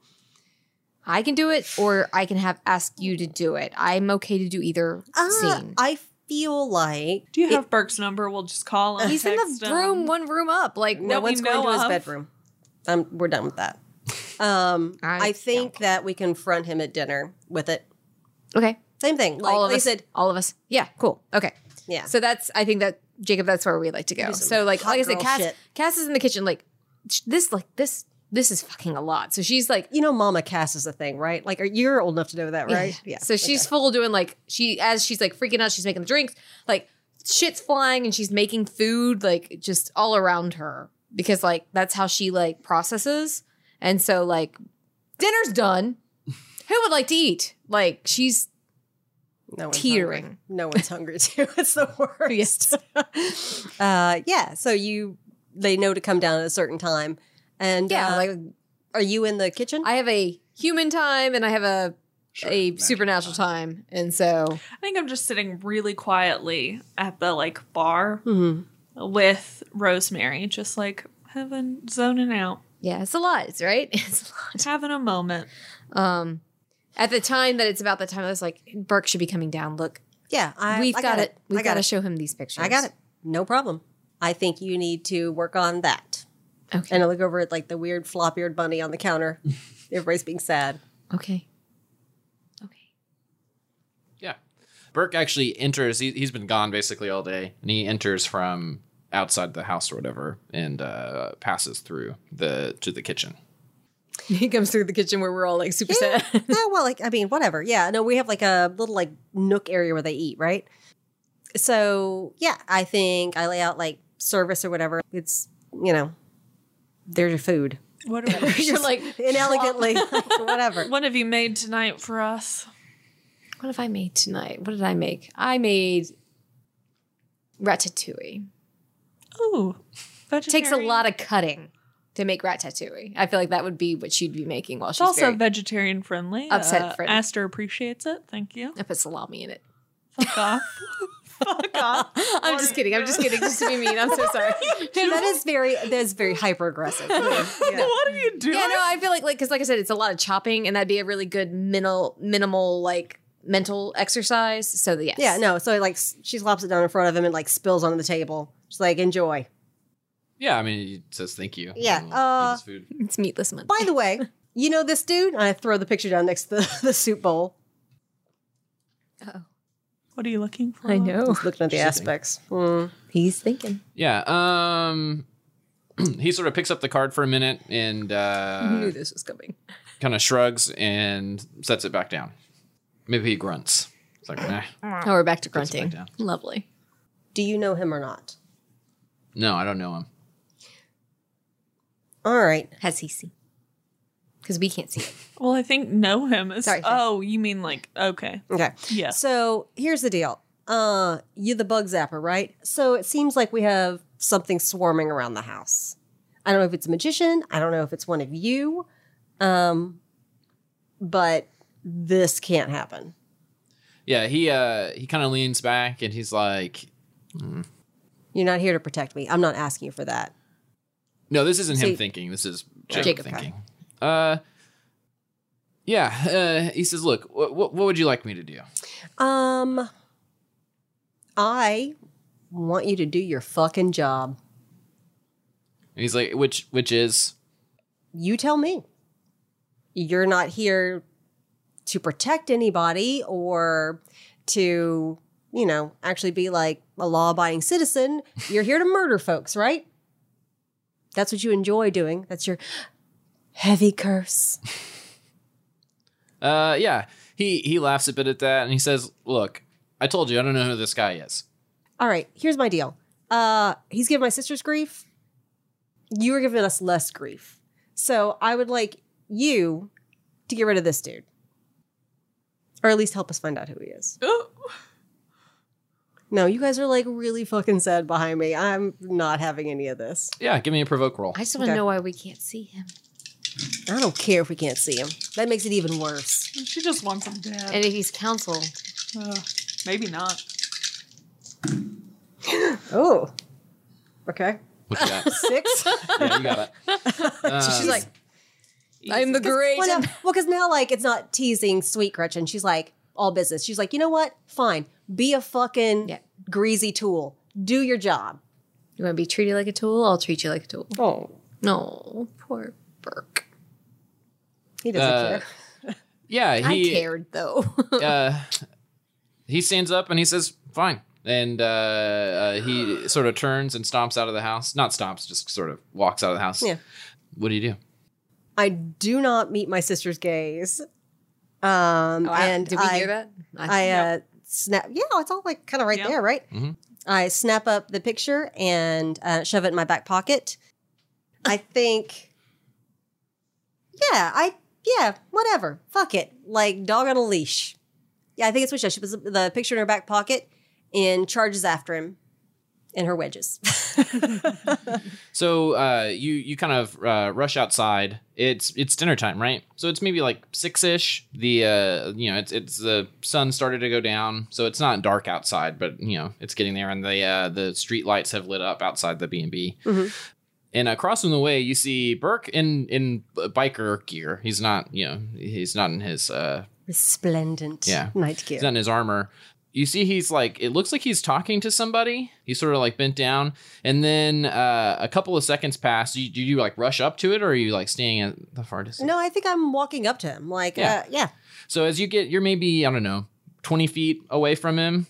Speaker 3: I can do it, or I can have ask you to do it. I'm okay to do either
Speaker 2: ah,
Speaker 3: scene.
Speaker 2: I feel like
Speaker 1: Do you have Burke's number? We'll just call him.
Speaker 3: He's in
Speaker 1: text
Speaker 3: the
Speaker 1: him.
Speaker 3: room, one room up. Like
Speaker 2: no
Speaker 1: that we
Speaker 2: one's going to
Speaker 1: know
Speaker 2: his
Speaker 1: of.
Speaker 2: bedroom. Um, we're done with that. Um,
Speaker 3: I
Speaker 2: I, think
Speaker 3: don't
Speaker 2: that we confront him at dinner with it.
Speaker 3: okay,
Speaker 2: Same thing. Like
Speaker 3: all of
Speaker 2: they
Speaker 3: us.
Speaker 2: said,
Speaker 3: all of us. Yeah, cool. Okay.
Speaker 2: yeah.
Speaker 3: So that's I think that Jacob, that's where we like to go.
Speaker 2: Do some
Speaker 3: So like
Speaker 2: hot
Speaker 3: like I said,
Speaker 2: girl
Speaker 3: Cass,
Speaker 2: shit.
Speaker 3: Cass is in the kitchen. Like sh- this, like this, this is fucking a lot. So she's like,
Speaker 2: you know, Mama Cass is a thing, right? Like, are you're old enough to know that, right?
Speaker 3: Yeah. So she's full doing like she as she's like freaking out. She's making the drinks, like shit's flying, and she's making food like just all around her because like that's how she like processes. And so like dinner's done. Who would like to eat? Like she's
Speaker 2: no one's
Speaker 3: teetering.
Speaker 2: hungry. No one's hungry too. It's the worst. uh, yeah. So you, they know to come down at a certain time, and
Speaker 3: yeah.
Speaker 2: uh,
Speaker 3: like
Speaker 2: are you in the kitchen?
Speaker 3: I have a human time and I have a a
Speaker 4: Supernatural
Speaker 3: supernatural time. and so
Speaker 1: I think I'm just sitting really quietly at the like bar
Speaker 2: Mhm.
Speaker 1: with Rosemary, just like having zoning out,
Speaker 3: yeah, it's a lot, it's right? It's a lot.
Speaker 1: having a moment.
Speaker 3: Um, at the time that it's about the time I was like, Burke should be coming down. Look,
Speaker 2: yeah. I,
Speaker 3: we've
Speaker 2: I
Speaker 3: got, it. We've
Speaker 2: I
Speaker 3: got,
Speaker 2: got
Speaker 3: to
Speaker 2: it.
Speaker 3: show him these pictures.
Speaker 2: I got it. No problem. I think you need to work on that.
Speaker 3: Okay.
Speaker 2: And I look over at like the weird flop eared bunny on the counter. Everybody's being sad.
Speaker 3: Okay. Okay.
Speaker 4: yeah, Burke actually enters. He, he's been gone basically all day, and he enters from outside the house or whatever, and uh, passes through the to the kitchen.
Speaker 3: He comes through the kitchen where we're all like super
Speaker 2: Yeah.
Speaker 3: sad.
Speaker 2: oh well like i mean whatever yeah no we have like a little like nook area where they eat right so yeah i think i lay out like service or whatever it's you know there's your food
Speaker 1: What are we,
Speaker 3: You're like,
Speaker 2: inelegantly like, whatever
Speaker 1: what have you made tonight for us?
Speaker 3: what have I made tonight? What did I make? I made ratatouille.
Speaker 1: Ooh,
Speaker 3: It takes a lot of cutting to make ratatouille. I feel like that would be what she'd be making while
Speaker 1: It's
Speaker 3: she's
Speaker 1: also
Speaker 3: very-
Speaker 1: vegetarian friendly.
Speaker 3: Upset
Speaker 1: Uh,
Speaker 3: friend.
Speaker 1: Aster appreciates it. Thank you.
Speaker 3: I put salami in it.
Speaker 1: Fuck off. Fuck off.
Speaker 2: Oh,
Speaker 3: I'm just kidding. I'm just kidding. Just to be mean. I'm so sorry.
Speaker 2: that is very that is very hyper aggressive yeah.
Speaker 1: What are you doing?
Speaker 3: Yeah, no, I feel like like because like I said, it's a lot of chopping, and that'd be a really good minimal minimal like mental exercise. So yes,
Speaker 2: yeah no so like s- she slops it down in front of him and like spills onto the table she's like enjoy
Speaker 4: Yeah, I mean, he says thank you.
Speaker 2: Yeah,
Speaker 4: And
Speaker 2: uh,
Speaker 4: eats food.
Speaker 3: it's meatless month.
Speaker 2: by the way you know this dude i throw the picture down next to the, the soup bowl
Speaker 1: What are you looking for?
Speaker 2: Just looking at the aspects Hmm.
Speaker 3: he's thinking.
Speaker 4: Yeah. Um, he sort of picks up the card for a minute and
Speaker 2: Mm-hmm.
Speaker 4: uh,
Speaker 3: knew this was coming.
Speaker 4: kind of shrugs and sets it back down. Maybe he grunts. It's like, nah.
Speaker 3: Oh, we're back to
Speaker 4: Puts it back
Speaker 3: grunting.
Speaker 4: down.
Speaker 3: Lovely.
Speaker 2: do you know him or not
Speaker 4: No, I don't know him.
Speaker 2: all right
Speaker 3: Has he seen? Because we can't see it.
Speaker 1: Well, I think know him is.
Speaker 3: Sorry, sorry.
Speaker 1: oh, you mean like okay,
Speaker 2: Okay.
Speaker 1: yeah.
Speaker 2: So here's the deal. Uh, you the bug zapper, right? So it seems like we have something swarming around the house. I don't know if it's a magician. I don't know if it's one of you. Um, but this can't happen.
Speaker 4: Yeah, he uh, he kind of leans back and he's like,
Speaker 2: You're not here to protect me. I'm not asking you for that.
Speaker 4: No, this isn't
Speaker 2: See-
Speaker 4: him thinking. This is Jacob,
Speaker 3: Jacob
Speaker 4: thinking. Uh, yeah. Uh, he says, "Look, wh- wh- what would you like me to do?"
Speaker 2: Um, I want you to do your fucking job.
Speaker 4: And he's like, "Which, which is
Speaker 2: you tell me. You're not here to protect anybody or to, you know, actually be like a law abiding citizen. You're here to murder folks, right? That's what you enjoy doing. That's your heavy curse.
Speaker 4: Uh, yeah. He he laughs a bit at that and he says, "Look, I told you I don't know who this guy is."
Speaker 2: All right, here's my deal. Uh, he's giving my sisters grief. You are giving us less grief. So I would like you to get rid of this dude. Or at least help us find out who he is.
Speaker 1: Ooh.
Speaker 2: No, you guys are like really fucking sad behind me. I'm not having any of this.
Speaker 4: Yeah, give me a provoke roll.
Speaker 3: I just want to
Speaker 2: Okay.
Speaker 3: know why we can't see him.
Speaker 2: I don't care if we can't see him. That makes it even worse.
Speaker 1: She just wants him dead.
Speaker 3: And if he's counsel,
Speaker 1: Ugh, maybe not.
Speaker 2: Oh. Okay.
Speaker 4: Look at that.
Speaker 2: Six?
Speaker 4: yeah, you got it. Um,
Speaker 3: she's like, "I'm the great."
Speaker 2: well, no, well, because now, like, it's not teasing sweet Gretchen. She's like, all business. She's like, you know what? Fine. Be a fucking
Speaker 3: Yeah.
Speaker 2: greasy tool. Do your job.
Speaker 3: You want to be treated like a tool? I'll treat you like a tool.
Speaker 2: Oh.
Speaker 3: No, poor Burke.
Speaker 2: He doesn't
Speaker 4: Uh,
Speaker 2: care.
Speaker 4: "Yeah, he
Speaker 3: I cared though. Oh,
Speaker 4: uh, he stands up and he says, "Fine." And uh, uh, he sort of turns and stomps out of the house. Not stomps, just sort of walks out of the house.
Speaker 2: Yeah.
Speaker 4: What do you do?
Speaker 2: I do not meet my sister's gaze. Um, and
Speaker 3: did Oh, we
Speaker 2: I,
Speaker 3: hear that?
Speaker 2: I uh, snap. Yeah, it's all like kind of right
Speaker 1: Yeah.
Speaker 2: there, right?
Speaker 4: Mhm.
Speaker 2: I snap up the picture and uh, shove it in my back pocket. I think. Yeah, I yeah, whatever. Fuck it, like dog on a leash. Yeah, I think it's what she does. She puts the picture in her back pocket and charges after him in her wedges.
Speaker 4: So uh, you you kind of uh, rush outside. It's it's dinner time, right? So it's maybe like six ish. The uh, you know it's it's the sun started to go down, so it's not dark outside, but you know it's getting there, and the uh, the street lights have lit up outside the B and B. And across from the way, you see Burke in in uh, biker gear. He's not you know he's not in his uh,
Speaker 2: Resplendent
Speaker 4: Yeah.
Speaker 2: night gear.
Speaker 4: He's not in his armor. You see, he's like, it looks like he's talking to somebody. He's sort of like bent down. And then uh, a couple of seconds pass. Do you, do you like rush up to it or are you like staying at the far distance?
Speaker 2: No, I think I'm walking up to him. Like,
Speaker 4: Yeah.
Speaker 2: uh, yeah.
Speaker 4: So as you get, you're maybe, I don't know, 20 feet away from him.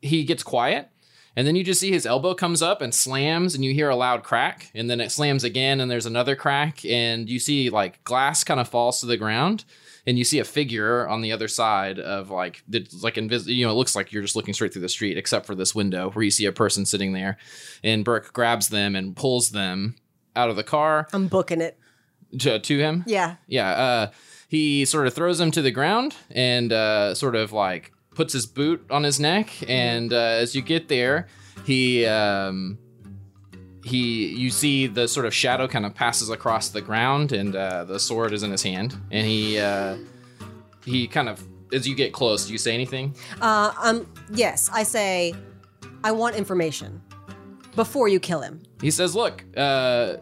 Speaker 4: He gets quiet And then you just see his elbow comes up and slams, and you hear a loud crack, and then it slams again, and there's another crack, and you see like glass kind of falls to the ground, and you see a figure on the other side of like it's like invis- you know it looks like you're just looking straight through the street, except for this window where you see a person sitting there, and Burke grabs them and pulls them out of the car
Speaker 2: I'm booking it.
Speaker 4: to, to him.
Speaker 2: Yeah.
Speaker 4: Yeah. Uh, he sort of throws him to the ground and uh, sort of like puts his boot on his neck. And uh, as you get there, he um, he you see the sort of shadow kind of passes across the ground, and uh, the sword is in his hand. And he uh, he kind of as you get close, do you say anything?
Speaker 2: Uh, um, yes, I say, I want information before you kill him.
Speaker 4: He says, "Look, uh,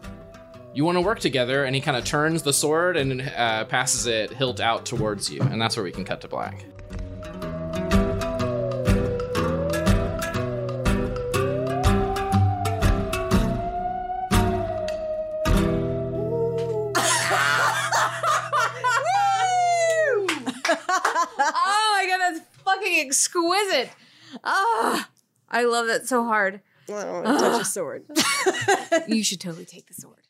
Speaker 4: you want to work together," and he kind of turns the sword and uh, passes it hilt out towards you, and that's where we can cut to black.
Speaker 3: Oh my god, that's fucking exquisite. Ah, I love that so hard.
Speaker 2: I don't want to touch a sword.
Speaker 3: You should totally take the sword.